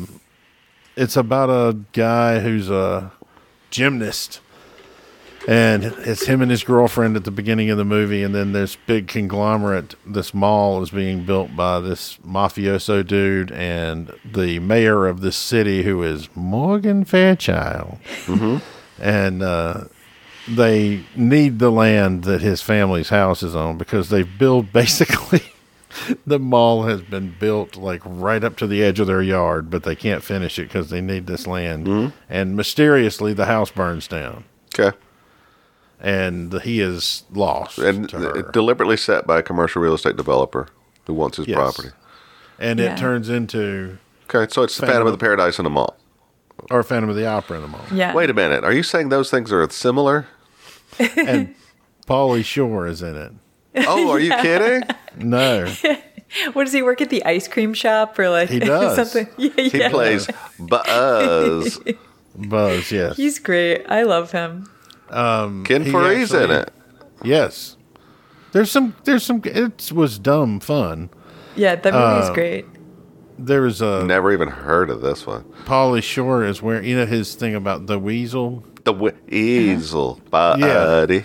D: It's about a guy who's a gymnast. And it's him and his girlfriend at the beginning of the movie, and then this big conglomerate, this mall is being built by this mafioso dude and the mayor of this city, who is Morgan Fairchild. and uh, they need the land that his family's house is on because they've built basically the mall has been built like right up to the edge of their yard, but they can't finish it because they need this land.
C: Mm-hmm.
D: And mysteriously, the house burns down,
C: Okay.
D: and he is lost.
C: And
D: to her.
C: it deliberately set by a commercial real estate developer who wants his
D: Yes.
C: property.
D: and
E: Yeah.
D: it turns into
C: Okay, so it's the Phantom of the Paradise in the mall.
D: our Phantom of the Opera in the mall.
E: yeah.
C: Wait a minute. Are you saying those things are similar?
D: And Paulie Shore is in it.
C: Oh, are you kidding?
D: No,
E: What does he work at the ice cream shop or like
D: He does.
E: something? Yeah,
C: He
E: yeah.
C: plays Buzz.
D: Buzz. Yes,
E: He's great. I love him.
C: Ken
D: He
C: Faree's in
D: actually-
C: it.
D: yes. There's some. There's some. It was dumb fun.
E: Yeah, that movie's
C: Uh,
E: great.
D: There was a
C: Never even heard of this one.
D: Paulie Shore is where you know his thing about the weasel.
C: The w- Easel Buddy.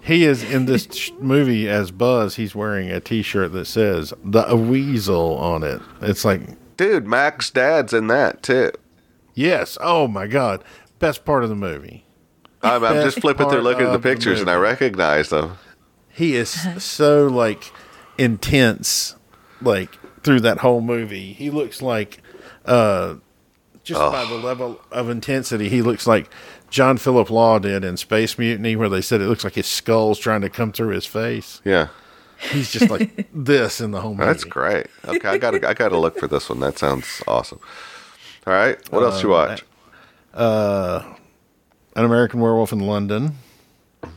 D: He is in this sh- movie as Buzz. He's wearing a T-shirt that says "the weasel" on it. It's like,
C: Dude, Mac's dad's in that too.
D: yes, oh my god, best part of the movie.
C: I'm, I'm just
D: Best
C: flipping
D: part
C: through looking at the
D: of the
C: pictures and I recognize them.
D: He is so like intense, like through that whole movie. He looks like, uh, just by the level of intensity, he looks like John Philip Law did in Space Mutiny, where they said it looks like his skull's trying to come through his face.
C: Yeah.
D: He's just like this in the whole movie.
C: That's great. Okay, I gotta I gotta look for this one. That sounds awesome. All right. What else you
D: Uh,
C: watch?
D: An American Werewolf in London.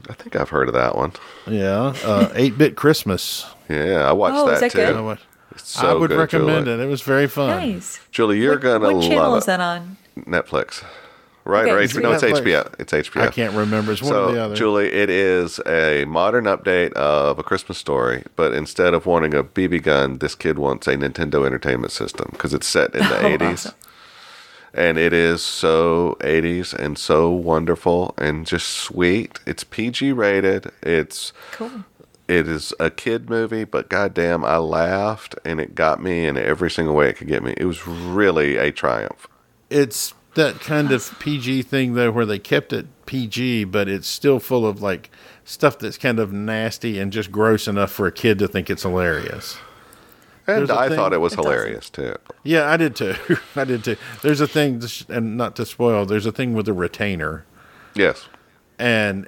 C: I think I've heard of that one.
D: Yeah, uh, Eight Bit Christmas.
C: Yeah, I watched
E: Oh,
C: that,
E: is that
C: too.
D: I
E: good?
D: would,
C: It's so
D: I would
C: good,
D: recommend
C: Julie.
D: it. It was very fun.
E: Nice.
C: Julie, uh, you're
E: what,
C: gonna
E: what channel
C: love
E: is that on?
C: it. Netflix. Right
E: Okay,
C: or
E: it's
C: HBO? No, it's
D: Netflix.
C: HBO. It's HBO.
D: I can't remember. It's one
C: so,
D: or the other.
C: Julie, it is a modern update of A Christmas Story, but instead of wanting a BB gun, this kid wants a Nintendo Entertainment System because it's set in the
D: Oh,
C: 80s.
E: awesome.
C: And it is so 80s and so wonderful and just sweet. It's PG rated. It's
E: Cool.
C: it is a kid movie, but goddamn, I laughed and it got me in every single way it could get me. It was really a triumph.
D: It's that kind of PG thing though, where they kept it PG, but it's still full of like stuff that's kind of nasty and just gross enough for a kid to think it's hilarious.
C: And
D: there's a
C: I
D: thing-
C: thought it was hilarious too.
D: Yeah, I did too. I did too. There's a thing, and not to spoil, there's a thing with a retainer,
C: Yes.
D: and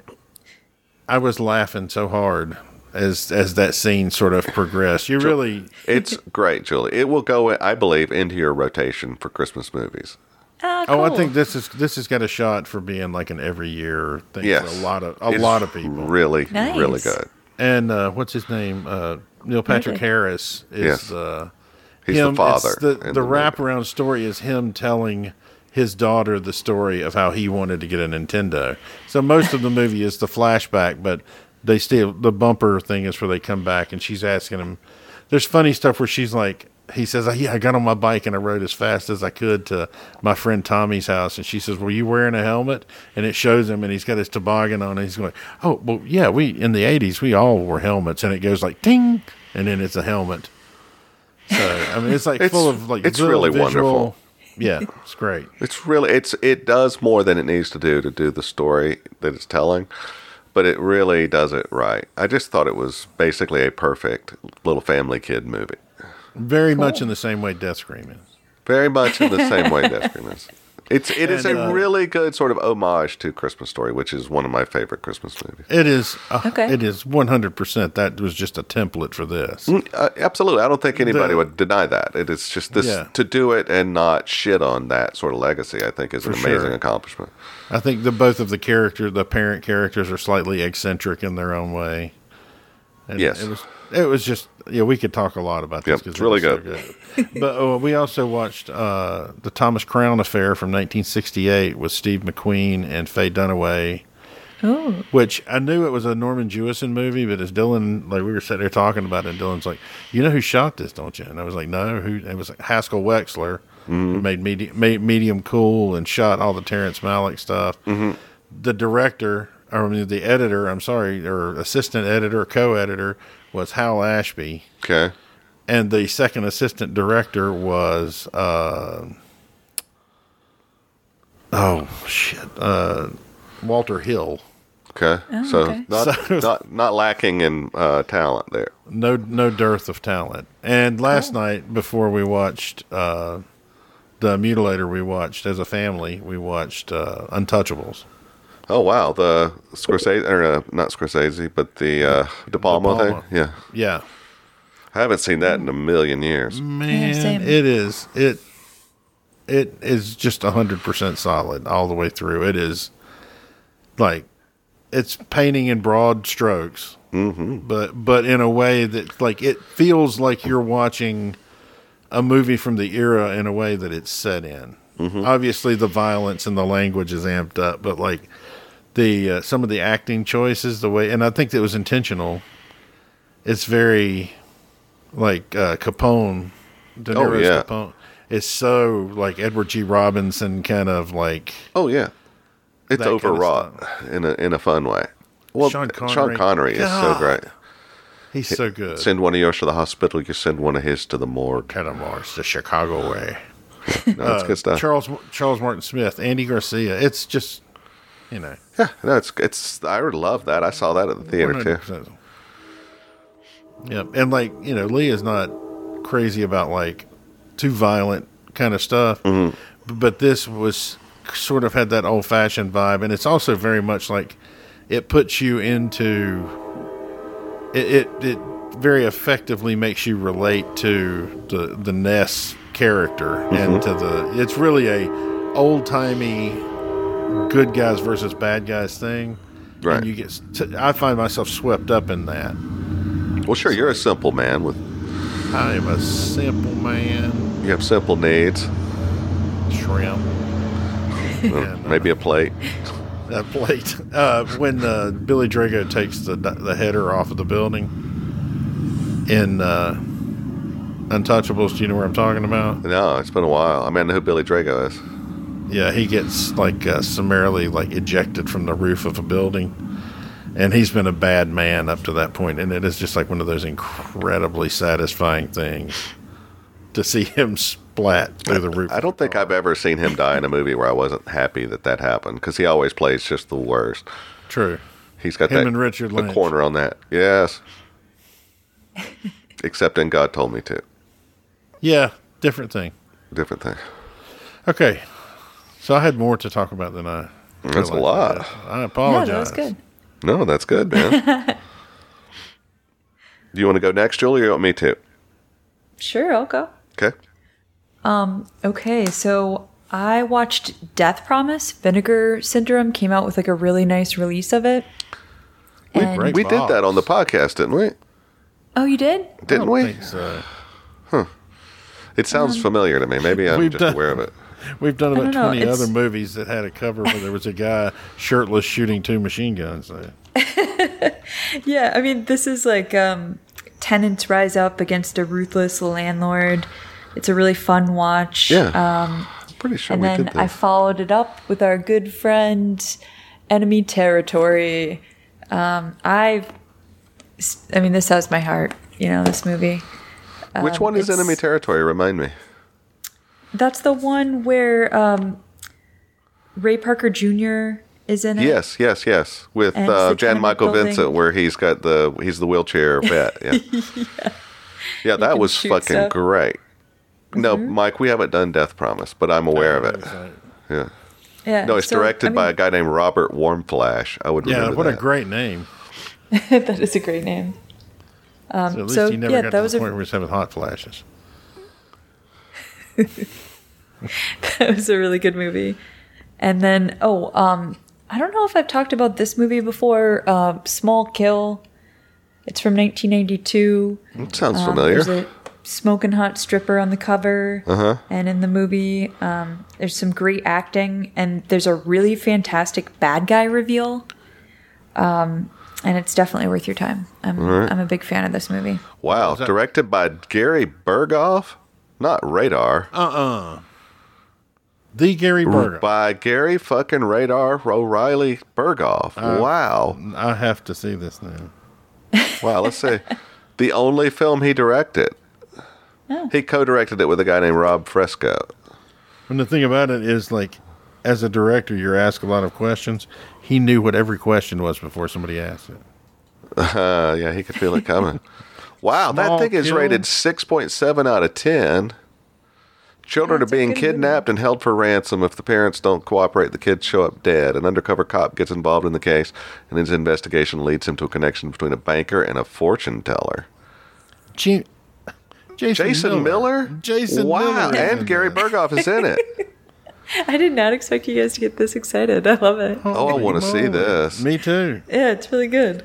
D: I was laughing so hard as as that scene sort of progressed. You really,
C: It's great, Julie. It will go, I believe, into your rotation for Christmas movies.
E: Oh,
D: oh, I
E: cool.
D: think this is this has got a shot for being like an every year thing
C: Yes.
D: for a lot of a
C: It's
D: lot of people.
C: Really,
E: Nice.
C: really good.
D: And uh, what's his name? Uh, Neil Patrick
E: Really?
D: Harris is
C: Yes.
D: uh,
C: He's the
D: him- it's
C: father
D: The,
C: in
D: the,
C: the movie.
D: wraparound story is him telling his daughter the story of how he wanted to get a Nintendo. So most of the movie is the flashback, but they still the bumper thing is where they come back and she's asking him. There's funny stuff where she's like. He says, "Yeah, I got on my bike and I rode as fast as I could to my friend Tommy's house." And she says, "Were you wearing a helmet?" And it shows him, and he's got his toboggan on. And he's going, "Oh, well, yeah, we in the '80s we all wore helmets." And it goes like "ting," and then it's a helmet. So I mean, it's like
C: It's-
D: full of like
C: it's
D: little
C: really
D: visual-
C: wonderful.
D: Yeah, it's great.
C: It's really it's it does more than it needs to do to do the story that it's telling, but it really does it right. I just thought it was basically a perfect little family kid movie.
D: Very much in the same way Death Scream is.
C: Very much in the same way Death Scream is. It's it is
D: And,
C: a
D: uh,
C: really good sort of homage to Christmas Story, which is one of my favorite Christmas movies.
D: It is. Uh,
E: Okay.
D: It is one hundred percent. That was just a template for this.
C: Uh, absolutely, I don't think anybody
D: The-
C: would deny that. It is just this
D: Yeah.
C: to do it and not shit on that sort of legacy. I think is an
D: For
C: amazing
D: sure.
C: accomplishment.
D: I think the both of the character, the parent characters, are slightly eccentric in their own way. And
C: Yes.
D: it was. It was just. Yeah, we could talk a lot about this.
C: Yep,
D: 'cause
C: it's
D: it
C: really
D: was so
C: good.
D: good. but uh, we also watched uh, the Thomas Crown Affair from 1968 with Steve McQueen and Faye Dunaway. Which I knew it was a Norman Jewison movie, but as Dylan, like we were sitting there talking about it, and Dylan's like, "You know who shot this, don't you?" And I was like, "No, who?" It was like Haskell Wexler,
C: Mm-hmm.
D: who made medium, made medium cool and shot all the Terrence Malick stuff.
C: Mm-hmm.
D: The director, or I mean, the editor, I'm sorry, or assistant editor, co-editor was Hal Ashby,
C: Okay,
D: and the second assistant director was, uh, oh shit, uh, Walter Hill.
C: okay. so
E: okay.
C: not not not lacking in uh, talent there.
D: no no dearth of talent. And last night before we watched uh, the Mutilator, we watched as a family. We watched uh, Untouchables.
C: Oh wow, the Scorsese or uh, not Scorsese, but the uh, De Palma,
D: De Palma.
C: thing. Yeah,
D: Yeah,
C: I haven't seen that in a million years.
D: man,
E: same.
D: it is it it is just hundred percent solid all the way through. It is like it's painting in broad strokes, mm-hmm. but but in a way that like it feels like you're watching a movie from the era in a way that it's set in.
C: Mm-hmm.
D: Obviously, the violence and the language is amped up, but like the uh, some of the acting choices, the way, and I think that was intentional. It's very like uh, Capone, De
C: Oh,
D: Niro's
C: yeah.
D: Capone. It's so like Edward G. Robinson kind of like
C: Oh yeah, it's
D: That kinda
C: overwrought in a in a fun way. Well,
D: Sean
C: Sean Connery,
D: Connery.
C: is so
D: God.
C: great.
D: he's so good.
C: Send one of yours to the hospital. You send one of his to the morgue.
D: kind of Mars, the Chicago way.
C: No, it's
D: Uh,
C: good stuff.
D: Charles Charles Martin Smith, Andy Garcia. It's just you know
C: yeah, no, it's it's. I would love that. I saw that at the theater too.
D: 100%. Yep. And like, you know, Leah's not crazy about like too violent kind of stuff.
C: Mm-hmm.
D: B- But this was sort of had that old fashioned vibe. And it's also very much like it puts you into it, it, it very effectively makes you relate to the, the Ness character and to the, it's really a old timey good guys versus bad guys thing.
C: Right.
D: And you get, t- I find myself swept up in that.
C: Well, sure, you're a simple man with
D: I am a simple man,
C: you have simple needs.
D: shrimp,
C: Well,
D: and, uh,
C: Maybe a plate.
D: a plate. Uh, when uh, Billy Drago takes the the header off of the building in uh, Untouchables, do you know where I'm talking about?
C: No, it's been a while. I mean, I know who Billy Drago is.
D: Yeah, he gets like uh, summarily like ejected from the roof of a building, and he's been a bad man up to that point, and it is just like one of those incredibly satisfying things to see him splat through the roof.
C: I don't think I've ever seen him die in a movie where I wasn't happy that that happened because he always plays just the worst.
D: true.
C: He's got
D: Him
C: that
D: and Richard
C: the
D: Lynch.
C: corner on that. Yes. Except in God told me to.
D: Yeah, different thing.
C: Different thing.
D: Okay, so I had more to talk about than I.
C: That's a
D: realized
C: lot.
D: I had. I
E: No,
D: apologize.
E: that was good.
C: No, that's good, man. Do you want to go next, Julie, or you want me to?
E: Sure, I'll go.
C: Okay.
E: Okay, so I watched Death Promise. Vinegar Syndrome came out with like a really nice release of it. And-
D: break-
C: We did that on the podcast, didn't we?
E: oh, you did?
D: I
C: Didn't
D: don't
C: we?
D: think so.
C: It sounds familiar to me. Maybe I'm
D: We've
C: just
D: done-
C: aware of it.
D: We've done about
E: don't know,
D: twenty
E: it's-
D: other movies that had a cover where there was a guy shirtless shooting two machine guns. So.
E: Yeah, I mean, this is like um, tenants rise up against a ruthless landlord. It's a really fun watch.
C: Yeah.
E: Um,
C: I'm pretty sure
E: and
C: we
E: then
C: did
E: I
C: that.
E: followed it up with our good friend, Enemy Territory. Um, I, I mean, this has my heart. You know, this movie.
C: Which one is
E: uh, it's-
C: enemy territory? Remind me.
E: That's the one where um, Ray Parker Jr. is in it.
C: Yes, yes, yes. With
E: And it's
C: uh,
E: the
C: Jan
E: tenement
C: Michael
E: building.
C: Vincent, where he's got the he's the wheelchair vet. Yeah, yeah. that
E: can
C: was
E: shoot
C: fucking
E: stuff. Mm-hmm.
C: great. No, Mike, we haven't done Death Promise, but I'm aware of it. Yeah.
E: Yeah.
C: No, it's
E: so,
C: directed
E: I mean,
C: by a guy named Robert Warmflash. I would
D: Yeah,
C: remember
D: what
C: that.
D: a great name.
E: that is a great name.
D: so at least
E: so,
D: he never
E: yeah,
D: got
E: that
D: to
E: was
D: the
E: a-
D: point where he was having hot flashes.
E: That was a really good movie. And then, oh, um, I don't know if I've talked about this movie before. Uh, Small Kill. It's from 1992.
C: It sounds
E: Um,
C: familiar.
E: There's a smoking hot stripper on the cover, and in the movie, um, there's some great acting, and there's a really fantastic bad guy reveal. Um, and it's definitely worth your time. I'm I'm a big fan of this movie.
C: wow, directed by Gary Berghoff, not Radar.
D: The Gary Berger.
C: By Gary fucking Radar O'Reilly Berghoff.
E: Uh,
C: wow.
D: I have to see this now.
C: Wow, let's see. the only film he directed.
E: Oh.
C: He co directed it with a guy named Rob Fresco.
D: And the thing about it is, like, as a director, you're asked a lot of questions. He knew what every question was before somebody asked it.
C: Uh, yeah, he could feel it coming. wow,
D: Small
C: that thing is
D: Kill.
C: rated 6.7 out of 10. Children
E: That's
C: are
E: a
C: being
E: good movie.
C: kidnapped and held for ransom. If the parents don't cooperate, the kids show up dead. An undercover cop gets involved in the case, and his investigation leads him to a connection between a banker and a fortune teller.
D: Gee, Jason,
C: Jason Miller?
D: Jason Miller.
C: wow,
D: is
C: and
D: in
C: Gary
D: that.
C: Berghoff is in it.
E: I did not expect you guys to get this excited. I love it.
C: Oh, I
D: Holy
C: want to see
D: moly.
C: this.
D: Me too.
E: Yeah, it's really good.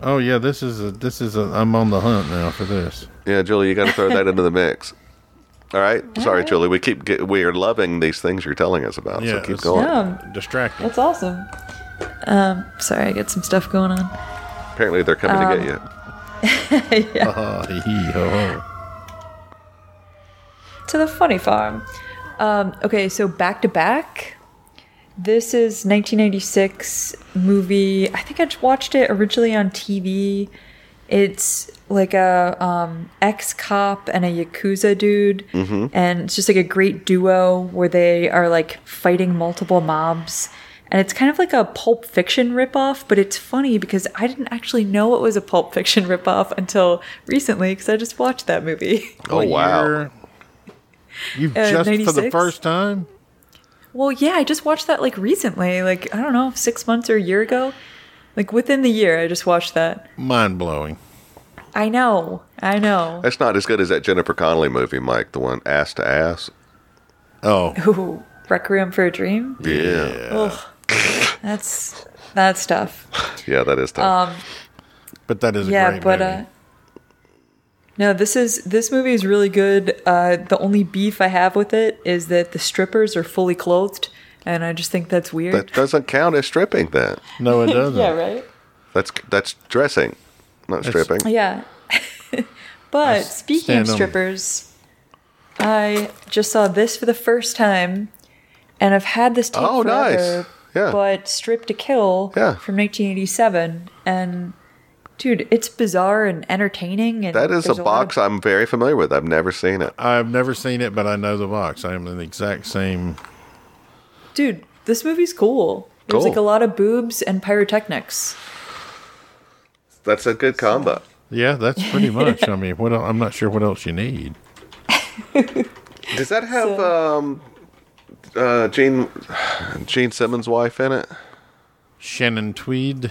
D: Oh yeah, this is a, this is a, I'm on the hunt now for this.
C: Yeah, Julie, you got to throw that into the mix. All right, sorry, Julie. We keep get, we are loving these things you're telling us about.
D: Yeah,
C: so keep
D: it's-
C: going.
E: Yeah,
D: Distracting.
E: that's awesome. Um, sorry, I got some stuff going on.
C: Apparently, they're coming to get you.
E: Um,
D: Ah, hee hee ho ho.
E: to the funny farm. Um, okay, so back to back. This is 1996 movie. I think I just watched it originally on TV. It's like a um, ex cop and a yakuza dude, and it's just like a great duo where they are like fighting multiple mobs. And it's kind of like a Pulp Fiction ripoff, but it's funny because I didn't actually know it was a Pulp Fiction ripoff until recently because I just watched that movie.
C: Oh
D: What
C: wow!
D: year? You've
E: Uh,
D: just for the
E: 96?
D: first time.
E: Well, yeah, I just watched that like recently, like I don't know, six months or a year ago. Like within the year, I just watched that.
D: Mind blowing.
E: I know, I know.
C: That's not as good as that Jennifer Connelly movie, Mike. The one ass to ass.
D: Oh
E: Ooh, Requiem for a Dream.
C: Yeah, yeah,
E: Ugh, that's that's tough.
C: that is tough.
E: Um,
D: But that is a
E: yeah,
D: great
E: but
D: movie.
E: uh, no, this is this movie is really good. Uh, the only beef I have with it is that the strippers are fully clothed, and I just think that's weird.
C: that doesn't count as stripping. Then
D: no, it doesn't.
E: yeah, right.
C: that's that's dressing, not stripping.
E: Yeah. but speaking
D: stand
E: of
D: on-
E: strippers, I just saw this for the first time, and I've had this tape
C: Oh, nice.
E: forever.
C: Yeah.
E: But Strip to Kill
C: Yeah.
E: from 1987, and dude, it's bizarre and entertaining. And
C: That is a
E: there's lot of-
C: box I'm very familiar with. I've never seen it.
D: I've never seen it, but I know the box. I am in the exact same.
E: dude, this movie's cool. There's
C: Cool.
E: like a lot of boobs and pyrotechnics.
C: That's a good combo.
D: Yeah, that's pretty much. I mean, what el I'm not sure what else you need.
C: Does that have um, uh, Gene Gene Simmons' wife in it?
D: Shannon Tweed.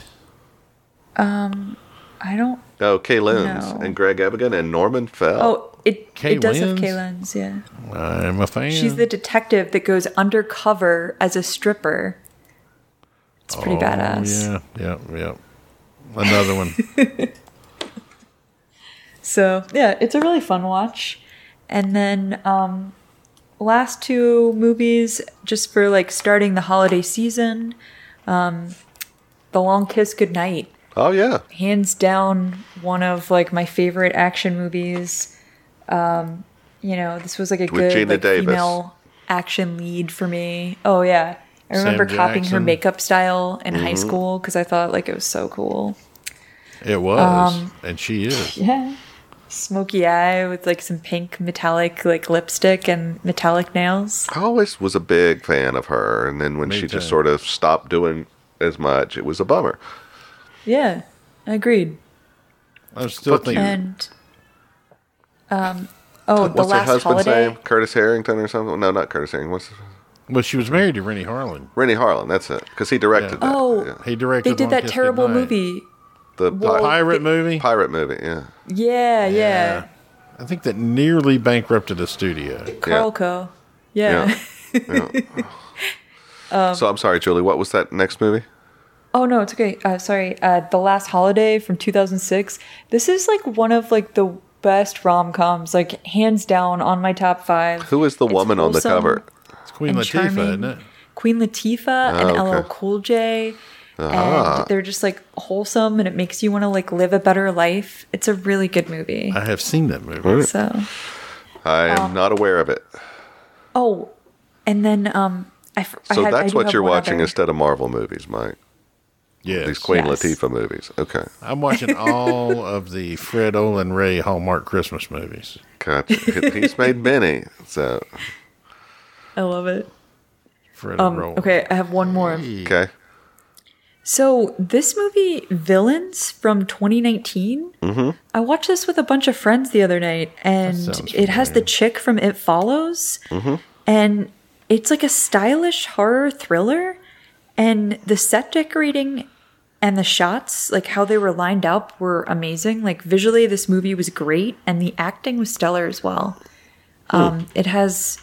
E: Um, I don't.
C: Oh, Kay Lins
E: No.
C: and Greg Evigan and Norman Fell.
E: Oh, it
D: Kay
E: it does
D: Lenz?
E: have Kay Lenz, yeah.
D: I'm a fan.
E: She's the detective that goes undercover as a stripper. It's pretty
D: Oh,
E: badass.
D: Yeah, yeah, yeah. Another one.
E: So yeah, it's a really fun watch. And then um, last two movies, just for like starting the holiday season, um, The Long Kiss Goodnight.
C: Oh, yeah.
E: hands down one of like my favorite action movies. Um, you know, this was like a good
C: Gina
E: like,
C: Davis.
E: female action lead for me. Oh yeah, I
D: Sam
E: remember copying her
D: Jackson.
E: makeup style in high
C: Mm-hmm.
E: school because I thought like it was so cool.
D: It was,
E: Um,
D: and she is.
E: Yeah, smoky eye with like some pink metallic like lipstick and metallic nails.
C: I always was a big fan of her, and then when
D: Me
C: she just
D: too.
C: sort of stopped doing as much, it was a bummer.
E: Yeah, agreed.
D: I still
C: Fuck you.
D: think
E: And um, oh, the
C: What's her
E: last
C: husband's
E: holiday.
C: name? Curtis Harrington or something? No, not Curtis Harrington. What's
D: Well, she was married to Rennie Harlan.
C: Rennie Harlan? That's it, because he directed that.
E: Oh.
C: yeah.
D: He directed.
E: They did
D: Long
E: that
D: Kiss
E: terrible
D: Goodnight.
E: movie.
C: the
E: Well,
C: pi-
D: pirate
E: They-
D: movie.
C: pirate movie. Yeah,
E: Yeah, yeah.
D: I think that nearly bankrupted the studio.
E: Carlco. Yeah.
C: Yeah. so I'm sorry, Julie. What was that next movie?
E: Oh no, it's okay. Uh, sorry. Uh, the Last Holiday from 2006. This is like one of like the best rom coms, like hands down on my top five.
C: Who is the
E: It's
C: woman on the
E: wholesome
C: cover?
D: It's Queen
E: and
D: Latifah,
E: charming.
D: isn't it?
E: Queen Latifah and
C: Oh,
E: LL
C: okay.
E: Cool J.
C: Ah.
E: And they're just like wholesome, and it makes you want to like live a better life. It's a really good movie.
D: I have seen that movie.
E: So.
C: I am
E: Uh,
C: not aware of it.
E: Oh, and then um, I. f- I
C: So
E: had- I
C: that's
E: do
C: what
E: have
C: you're
E: one
C: watching
E: other.
C: instead of Marvel movies, Mike.
D: Yes.
C: These Queen
E: Yes.
C: Latifah movies. Okay,
D: I'm watching all of the Fred Olin Ray Hallmark Christmas movies.
C: gotcha. He- He's made many. So
E: I love it.
D: Fred
E: Um,
D: Olin.
E: okay, I have one more.
C: okay,
E: So this movie Villains from 2019.
C: Mm-hmm.
E: I watched this with a bunch of friends the other night, and
D: sounds
E: it has the chick from It Follows,
C: Mm-hmm.
E: and it's like a stylish horror thriller, and the set decorating and the shots, like how they were lined up, were amazing. Like visually, this movie was great, and the acting was stellar as well.
C: Hmm.
E: Um, it has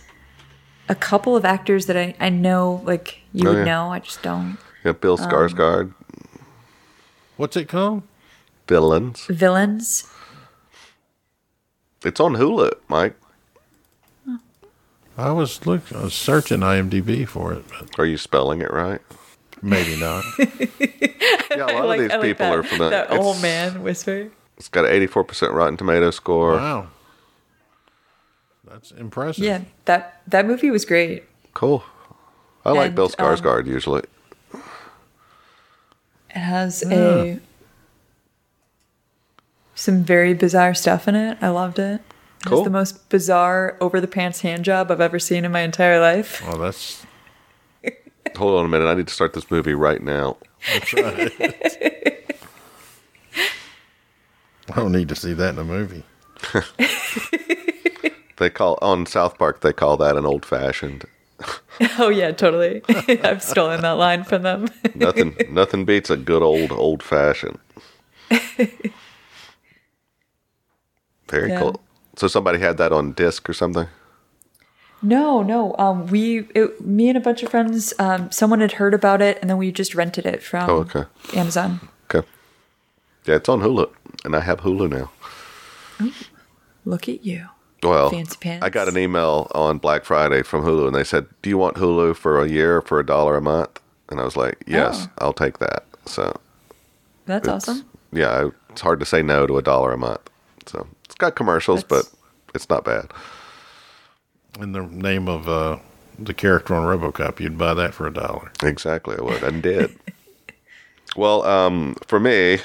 E: a couple of actors that I, I know, like you
C: Oh,
E: would
C: yeah.
E: know. I just don't.
C: yeah, Bill
E: Um,
C: Skarsgård,
D: What's it called?
C: villains.
E: Villains.
C: It's on Hulu, Mike.
D: I was looking, I was searching IMDb for it, but
C: Are you spelling it right?
D: maybe not.
C: Yeah, a lot of these people are familiar.
E: That
C: it's,
E: old man whisper.
C: It's got an 84% Rotten Tomato score.
D: wow, that's impressive.
E: Yeah, that that movie was great.
C: Cool. I like
E: And,
C: Bill
E: um,
C: Skarsgård usually.
E: It has a some very bizarre stuff in it. I loved it. It
C: Cool.
E: was the most bizarre over the pants hand job I've ever seen in my entire life.
D: Well, that's
C: Hold on a minute. I need to start this movie right now.
D: I don't need to see that in a movie.
C: They call on South Park. They call that an old fashioned.
E: Oh yeah, totally. I've stolen that line from them.
C: Nothing. nothing beats a good old old fashioned. Very
E: Yeah.
C: cool. So somebody had that on disc or something.
E: no, no. Um, we, it, me and a bunch of friends, um, someone had heard about it, and then we just rented it from
C: Oh, okay.
E: Amazon.
C: Okay. Yeah, it's on Hulu, and I have Hulu now.
E: Look at you.
C: Well,
E: Fancy pants.
C: I got an email on Black Friday from Hulu, and they said, "Do you want Hulu for a year or for a dollar a month?" And I was like, "Yes,
E: Oh.
C: I'll take that." So,
E: That's
C: it's-
E: awesome.
C: yeah, it's hard to say no to a dollar a month. So it's got commercials,
E: That's-
C: but it's not bad.
D: In the name of uh, the character on RoboCop, you'd buy that for a dollar.
C: Exactly, I would and did. well, um, for me,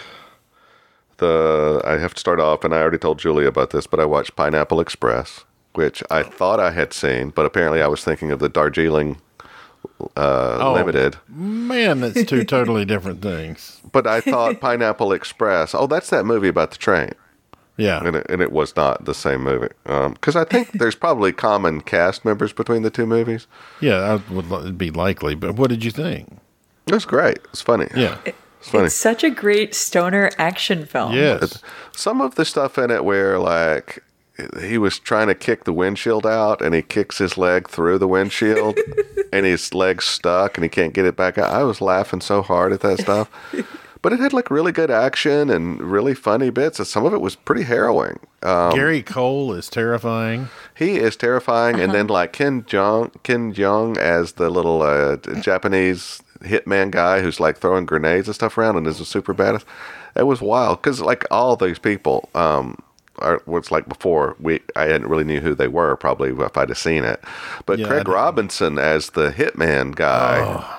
C: the I have to start off, and I already told Julie about this, but I watched Pineapple Express, which I thought I had seen, but apparently I was thinking of the Darjeeling uh,
D: Oh.
C: Limited.
D: Man, that's two totally different things.
C: But I thought Pineapple Express. Oh, that's that movie about the train.
D: Yeah.
C: and it, and it was not the same movie. Because I think there's probably common cast members between the two movies.
D: Yeah, I would li- be likely. But what did you think?
C: It was great. It's funny.
D: Yeah.
C: it's funny.
E: It's such a great stoner action film.
D: Yes.
C: Some of the stuff in it where like he was trying to kick the windshield out and he kicks his leg through the windshield and his leg's stuck and he can't get it back out. I was laughing so hard at that stuff. But it had like really good action and really funny bits, and some of it was pretty harrowing. Um,
D: Gary Cole is terrifying.
C: He is terrifying, and
D: Uh-huh.
C: then like Ken Jong, Ken Jong as the little uh, Japanese hitman guy who's like throwing grenades and stuff around, and is a super badass. It was wild because like all these people, um, are was like before we I hadn't really knew who they were probably if I'd have seen it, but
D: Yeah, I
C: Craig
D: didn't. Oh,
C: Robinson as the hitman guy.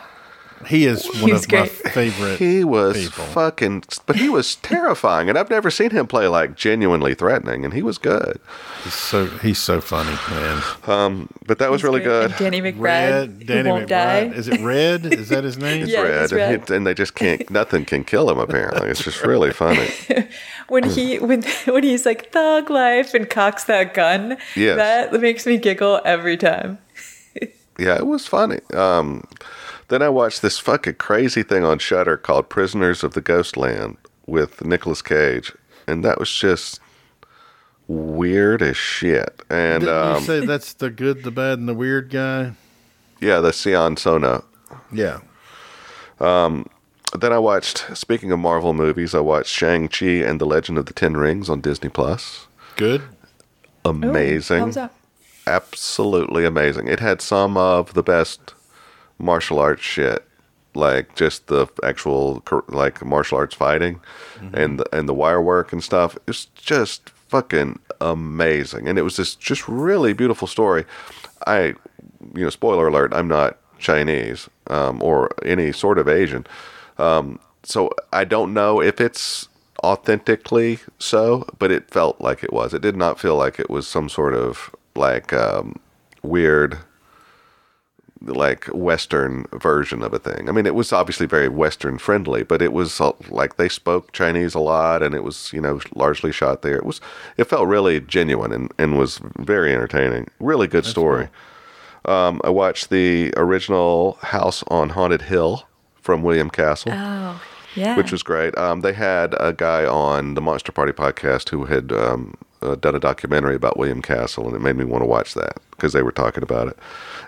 D: He is one
E: He's
D: of
E: great.
D: my favorite.
C: He was
D: people.
C: fucking, but he was terrifying, and I've never seen him play like genuinely threatening, and he was good.
D: He's so he's so funny, man.
C: But that was really good.
E: And Danny McBride, who won't die.
D: Is it Red? Is that his name?
E: Yeah.
C: red,
E: it's
C: and,
E: red.
C: he- and they just can't. Nothing can kill him. Apparently, it's just really funny.
E: when he when when he's like thug life and cocks that gun.
C: Yes.
E: that makes me giggle every time.
C: Yeah, it was funny. Um, then I watched this fucking crazy thing on Shutter called "Prisoners of the Ghostland" with Nicolas Cage, and that was just weird as shit. And
D: Didn't you
C: um,
D: say that's the good, the bad, and the weird guy?
C: yeah, the Sion Sona.
D: Yeah.
C: Then I watched. Speaking of Marvel movies, I watched Shang Chi and the Legend of the Ten Rings on Disney Plus.
D: Good.
C: Amazing.
E: Thumbs up.
C: absolutely amazing. It had some of the best martial arts shit, like just the actual cor- like martial arts fighting, and the, and the wire work and stuff. It's just fucking amazing, and it was this just really beautiful story. I, you know, spoiler alert, I'm not Chinese um, or any sort of Asian, um, so I don't know if it's authentically so, but it felt like it was. It did not feel like it was some sort of like um, weird, like Western version of a thing. I mean, it was obviously very Western friendly, but it was uh, like they spoke Chinese a lot, and it was you know largely shot there. It was it felt really genuine and and was very entertaining. Really good story. Um, I watched the original House on Haunted Hill from William Castle
E: Oh, yeah.
C: which was great. Um, they had a guy on the Monster Party podcast who had um, uh, done a documentary about William Castle, and it made me want to watch that because they were talking about it.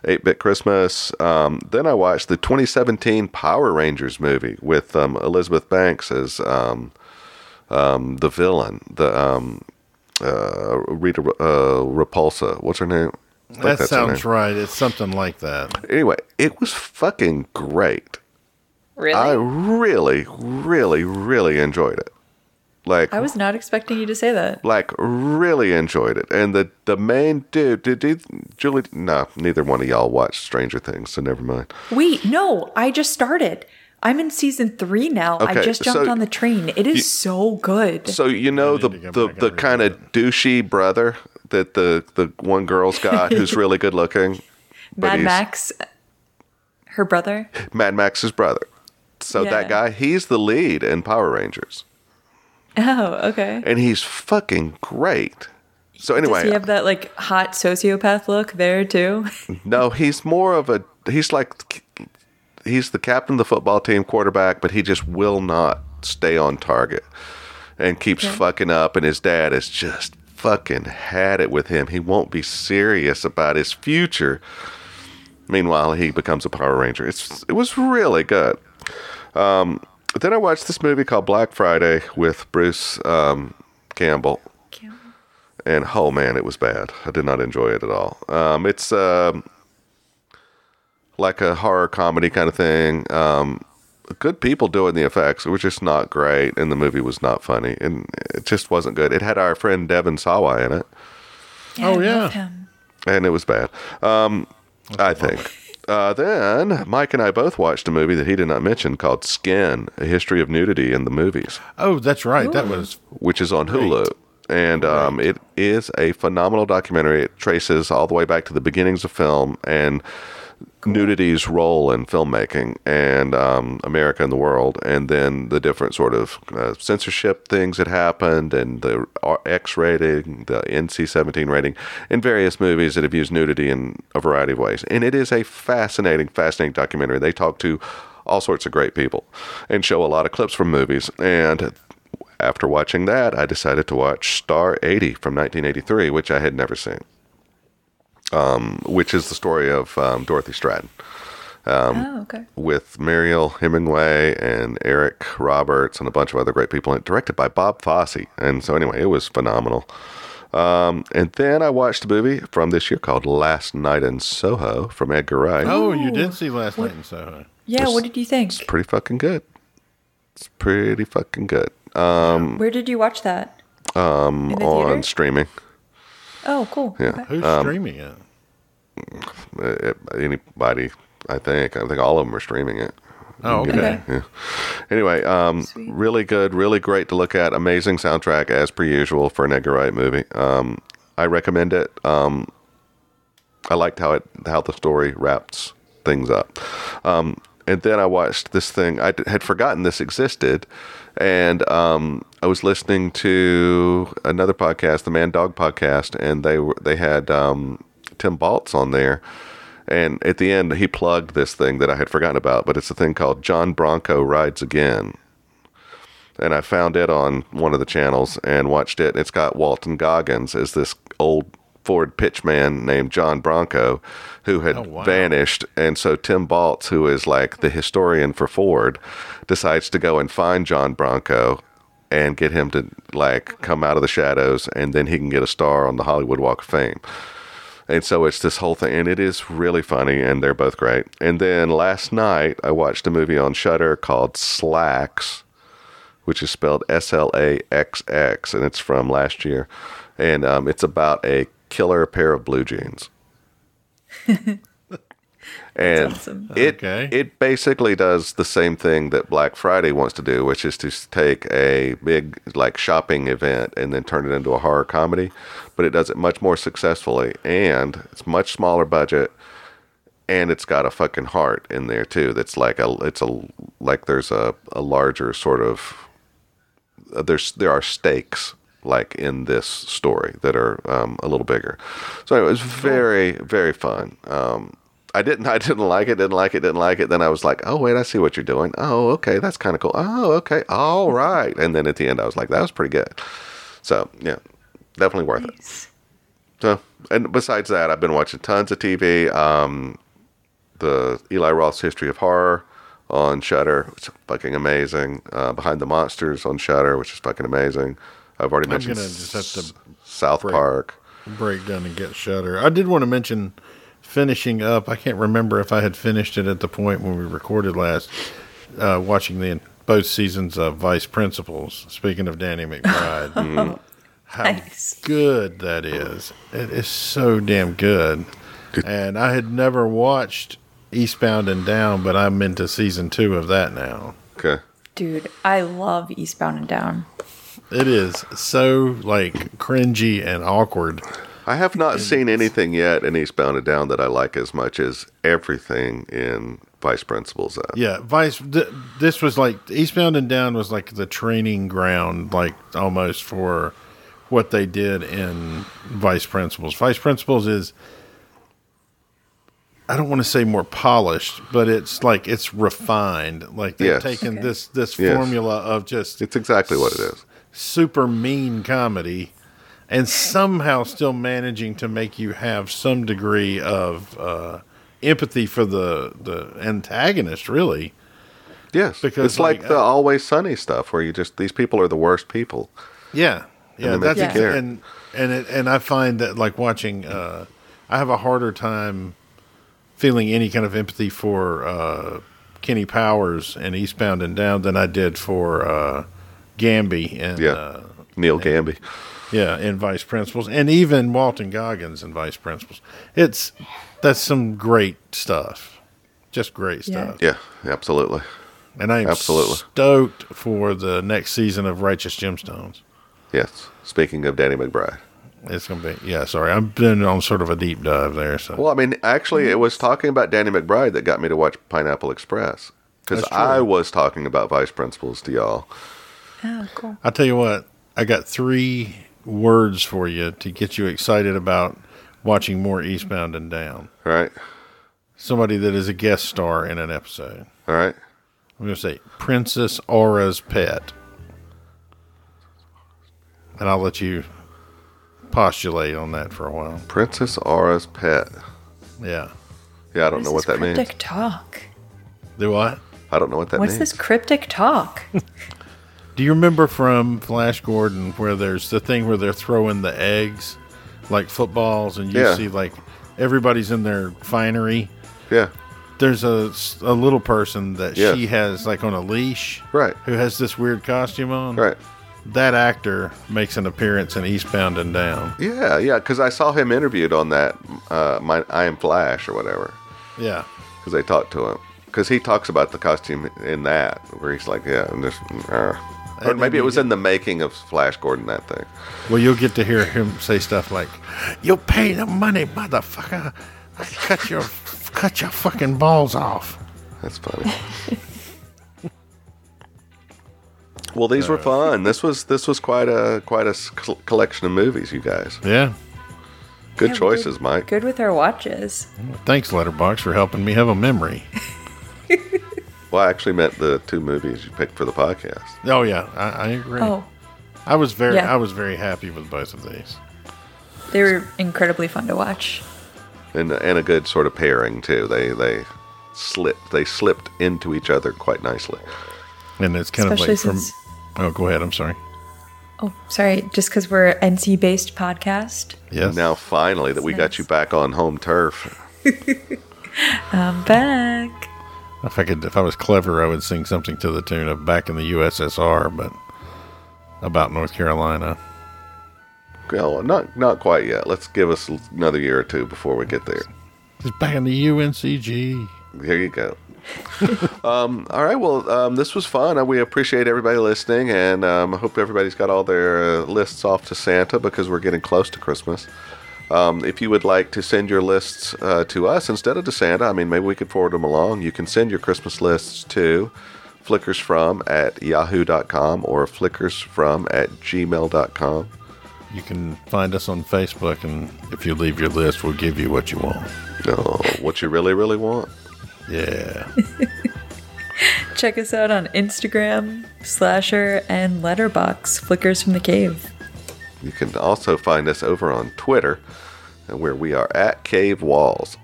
C: 8 Bit Christmas. Um, then I watched the 2017 Power Rangers movie with um, Elizabeth Banks as um, um, the villain, the um, uh, Rita uh, Repulsa. What's her name? I
D: That
C: think that's her
D: sounds
C: name.
D: right. It's something like that.
C: Anyway, it was fucking great.
E: really.
C: I
E: I,
C: really, really, really enjoyed it. Like
E: was not expecting you to say that.
C: like really enjoyed it. And the the main dude, did, did Julie? No, neither one of y'all watched Stranger Things, so never mind.
E: Wait, no, I just started. I'm in season three now.
C: Okay,
E: I just jumped
C: so-
E: on the train. It is so good.
C: So you know the
D: to go back
C: the,
D: and
C: the
D: redo
C: kind of douchey brother that the the one girl's got who's really good looking.
E: Mad
C: he's-
E: Max, her brother.
C: Mad Max's brother. So
E: Yeah.
C: that guy, he's the lead in Power Rangers,
E: Oh, okay.
C: and he's fucking great. So anyway,
E: Does he have that like hot sociopath look there too?
C: No, he's more of a he's like he's the captain of the football team quarterback, but he just will not stay on target and keeps fucking up and his dad is just fucking had it with him. He won't be serious about his future. Meanwhile, he becomes a Power Ranger. It's it was really good. Um then I watched this movie called Black Friday with Bruce um, Campbell and oh man, it was bad. I did not enjoy it at all. Um, it's um, like a horror comedy kind of thing. Um, good people doing the effects. It was just not great, and the movie was not funny, and it just wasn't good. It had our friend Devin Sawa in it,
D: Oh,
E: I
D: yeah.
E: love him.
C: and it was bad. Um, I think. Uh, then Mike and I both watched a movie that he did not mention called Skin: A History of Nudity in the Movies.
D: Oh, that's right. That was
C: which is on Hulu. And um, it is a phenomenal documentary. It traces all the way back to the beginnings of film and nudity's role in filmmaking and um, America and the world, and then the different sort of uh, censorship things that happened, and the R- X rating, the NC 17 rating, and various movies that have used nudity in a variety of ways. And it is a fascinating, fascinating documentary. They talk to all sorts of great people and show a lot of clips from movies. And after watching that, I decided to watch Star 80 from 1983, which I had never seen um, which is the story of um, Dorothy Stratton Um,
E: oh, okay.
C: with Mariel Hemingway and Eric Roberts and a bunch of other great people, and directed by Bob Fosse. And so, anyway, it was phenomenal. Um, and then I watched a movie from this year called Last Night in Soho from Edgar Wright.
D: Oh, you did see last night in Soho.
E: Yeah, what did you think?
C: Pretty fucking good. It's pretty fucking good. Um,
E: Where did you watch that? Um, In the
C: on
E: theater?
C: streaming,
E: Oh, cool.
C: Yeah.
E: Okay.
D: Who's streaming it?
C: Uh, anybody, I think. I think all of them are streaming it.
D: Oh, okay.
C: You can get it, yeah. Anyway, um, really good, really great to look at. Amazing soundtrack as per usual for an Edgar Wright movie. Um, I recommend it. Um, I liked how it how the story wraps things up. Um, and then I watched this thing. I d- had forgotten this existed, and um, I was listening to another podcast, the Man Dog Podcast, and they were they had um, Tim Baltz on there. And at the end, he plugged this thing that I had forgotten about, but it's a thing called John Bronco Rides Again. And I found it on one of the channels and watched it. It's got Walton Goggins as this old Ford pitchman named John Bronco who had
D: wow.
C: vanished. And so Tim Baltz, who is like the historian for Ford, decides to go and find John Bronco and get him to like come out of the shadows and then he can get a star on the Hollywood Walk of Fame. And so it's this whole thing, and it is really funny, and they're both great. And then last night I watched a movie on Shudder called Slacks, which is spelled S L A X X, and it's from last year, and um, it's about a killer pair of blue jeans. and
E: awesome.
C: it
D: Okay.
C: it basically does the same thing that Black Friday wants to do, which is to s- take a big like shopping event and then turn it into a horror comedy, but it does it much more successfully and it's much smaller budget and it's got a fucking heart in there too that's like a it's a like there's a, a larger sort of uh, there's there are stakes like in this story that are um, a little bigger. So anyway, it was very very fun. Um, I didn't I didn't like it didn't like it didn't like it. Then I was like, oh wait, I see what you're doing. Oh okay, that's kind of cool. Oh okay, all right. And then at the end, I was like, that was pretty good. So yeah, definitely worth it. So and besides that, I've been watching tons of TV. Um, the Eli Roth's History of Horror on Shutter, which is fucking amazing. Uh, Behind the Monsters on Shutter, which is fucking amazing. I've already
D: I'm
C: mentioned
D: gonna just have to
C: S- South
D: break.
C: Park.
D: break down and get shutter. I did want to mention finishing up. I can't remember if I had finished it at the point when we recorded last. Uh, watching the both seasons of Vice Principals. Speaking of Danny McBride, how
E: Nice.
D: good that is! It is so damn good. And I had never watched Eastbound and Down, but I'm into season two of that now.
C: Okay.
E: Dude, I love Eastbound and Down.
D: It is so like cringy and awkward.
C: I have not seen anything yet in Eastbound and Down that I like as much as everything in Vice Principals. Uh,
D: Yeah, Vice. Th- this was like Eastbound and Down was like the training ground, like almost for what they did in Vice Principals. Vice Principals is, I don't want to say more polished, but it's like it's refined. Like they've
C: Yes.
D: taken
E: Okay.
D: this this
C: Yes.
D: formula of just
C: It's exactly what it is.
D: super mean comedy and somehow still managing to make you have some degree of uh, empathy for the, the antagonist, really.
C: Yes.
D: Because,
C: it's like,
D: like,
C: the
D: uh,
C: Always Sunny stuff where you just, these people are the worst people.
D: Yeah. Yeah.
C: And they make
D: That's
C: you
D: ex-
C: care.
D: and and it, and I find that like watching uh I have a harder time feeling any kind of empathy for uh Kenny Powers and Eastbound and Down than I did for uh Gamby and
C: Yeah.
D: uh
C: Neil Gamby.
D: yeah, and Vice Principals, and even Walton Goggins and Vice Principals. It's that's some great stuff, just great
E: Yeah.
D: stuff.
C: Yeah, absolutely.
D: And I am
C: Absolutely.
D: stoked for the next season of Righteous Gemstones.
C: Yes. Speaking of Danny McBride.
D: It's gonna be yeah. Sorry, I've been on sort of a deep dive there. So
C: Well, I mean, actually, it was talking about Danny McBride that got me to watch Pineapple Express because
D: That's true.
C: I was talking about vice principals to y'all.
E: Oh, cool.
D: I tell you what, I got three words for you to get you excited about watching more Eastbound and Down.
C: All right,
D: Somebody that is a guest star in an episode.
C: all right.
D: I'm gonna say Princess Aura's pet, and I'll let you postulate on that for a while.
C: Princess Aura's pet.
D: Yeah.
C: Yeah, I don't know what
E: What's
C: that
E: this cryptic
C: means.
E: talk.
D: Do what?
C: I don't know what that
E: What's
C: means.
E: this cryptic talk?
D: Do you remember from Flash Gordon where there's the thing where they're throwing the eggs like footballs and you
C: Yeah.
D: see like everybody's in their finery?
C: Yeah,
D: There's a, s- a little person that
C: Yeah.
D: she has like on a leash.
C: Right.
D: Who has this weird costume on.
C: right.
D: That actor makes an appearance in Eastbound and Down.
C: Yeah, yeah, because I saw him interviewed on that. Uh, my I am Flash or whatever.
D: Yeah.
C: because they talked to him. Because he talks about the costume in that, where he's like, yeah, and just, uh. or
D: then
C: maybe it
D: you
C: was
D: get-
C: in the making of Flash Gordon that thing.
D: Well, you'll get to hear him say stuff like, "You pay the money, motherfucker. I cut your cut your fucking balls off."
C: That's funny. well, these
D: Uh.
C: were fun. This was this was quite a quite a s- col- collection of movies, you guys.
D: Yeah.
C: Good
E: Yeah, we
C: choices,
E: did
C: Mike.
E: Good with our watches.
D: Thanks, Letterbox, for helping me have a memory.
C: Well, I actually meant the two movies you picked for the podcast.
D: Oh yeah, I, I
C: Hmm.
D: agree.
E: Oh,
D: I was very,
E: Yeah.
D: I was very happy with both of these.
E: they were incredibly fun to watch.
C: and and a good sort of pairing too. They they slipped they slipped into each other quite nicely.
D: And it's kind
E: Especially
D: of like
E: since-
D: from. Oh, go ahead. I'm sorry.
E: Oh, sorry. Just because we're NC based podcast,
D: Yes.
C: Now finally that we got
E: nice.
C: you back on home turf.
E: I'm back.
D: If I could, if I was clever, I would sing something to the tune of "Back in the USSR," but about North Carolina.
C: Well, not not quite yet. Let's give us another year or two before we get there.
D: It's back in the UNCG.
C: There you go. um, all right. Well, um, this was fun. Uh, We appreciate everybody listening, and um, I hope everybody's got all their uh, lists off to Santa because we're getting close to Christmas. Um, if you would like to send your lists uh, to us instead of to Santa, I mean, maybe we could forward them along. You can send your Christmas lists to flickersfrom at yahoo.com or flickersfrom at gmail.com.
D: You can find us on Facebook, and if you leave your list, we'll give you what you want.
C: Oh, what you really, really want.
D: Yeah.
E: Check us out on Instagram, Slasher, and Letterbox Flickers from the Cave.
C: You can also find us over on Twitter, uh, where we are at Cave Walls.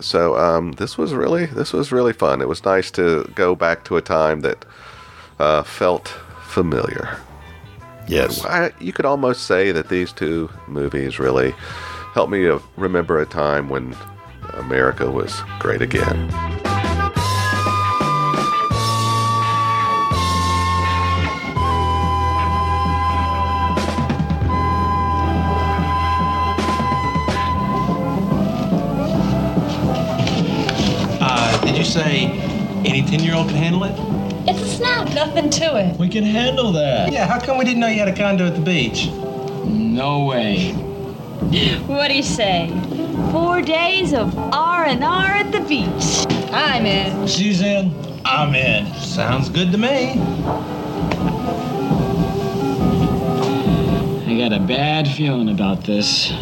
C: So um, this was really this was really fun. It was nice to go back to a time that uh, felt familiar.
D: yes.
C: I, you could almost say that these two movies really helped me to remember a time when America was great again.
H: Uh, did you say any 10 year old can handle it?
K: It's a snap, nothing to it.
H: We can handle that. Yeah, how come we didn't know you had a condo at the beach?
G: No way.
K: What do you say? Four days of R and R at the beach. I'm in.
H: She's in. I'm in. Sounds good to me.
G: I got a bad feeling about this.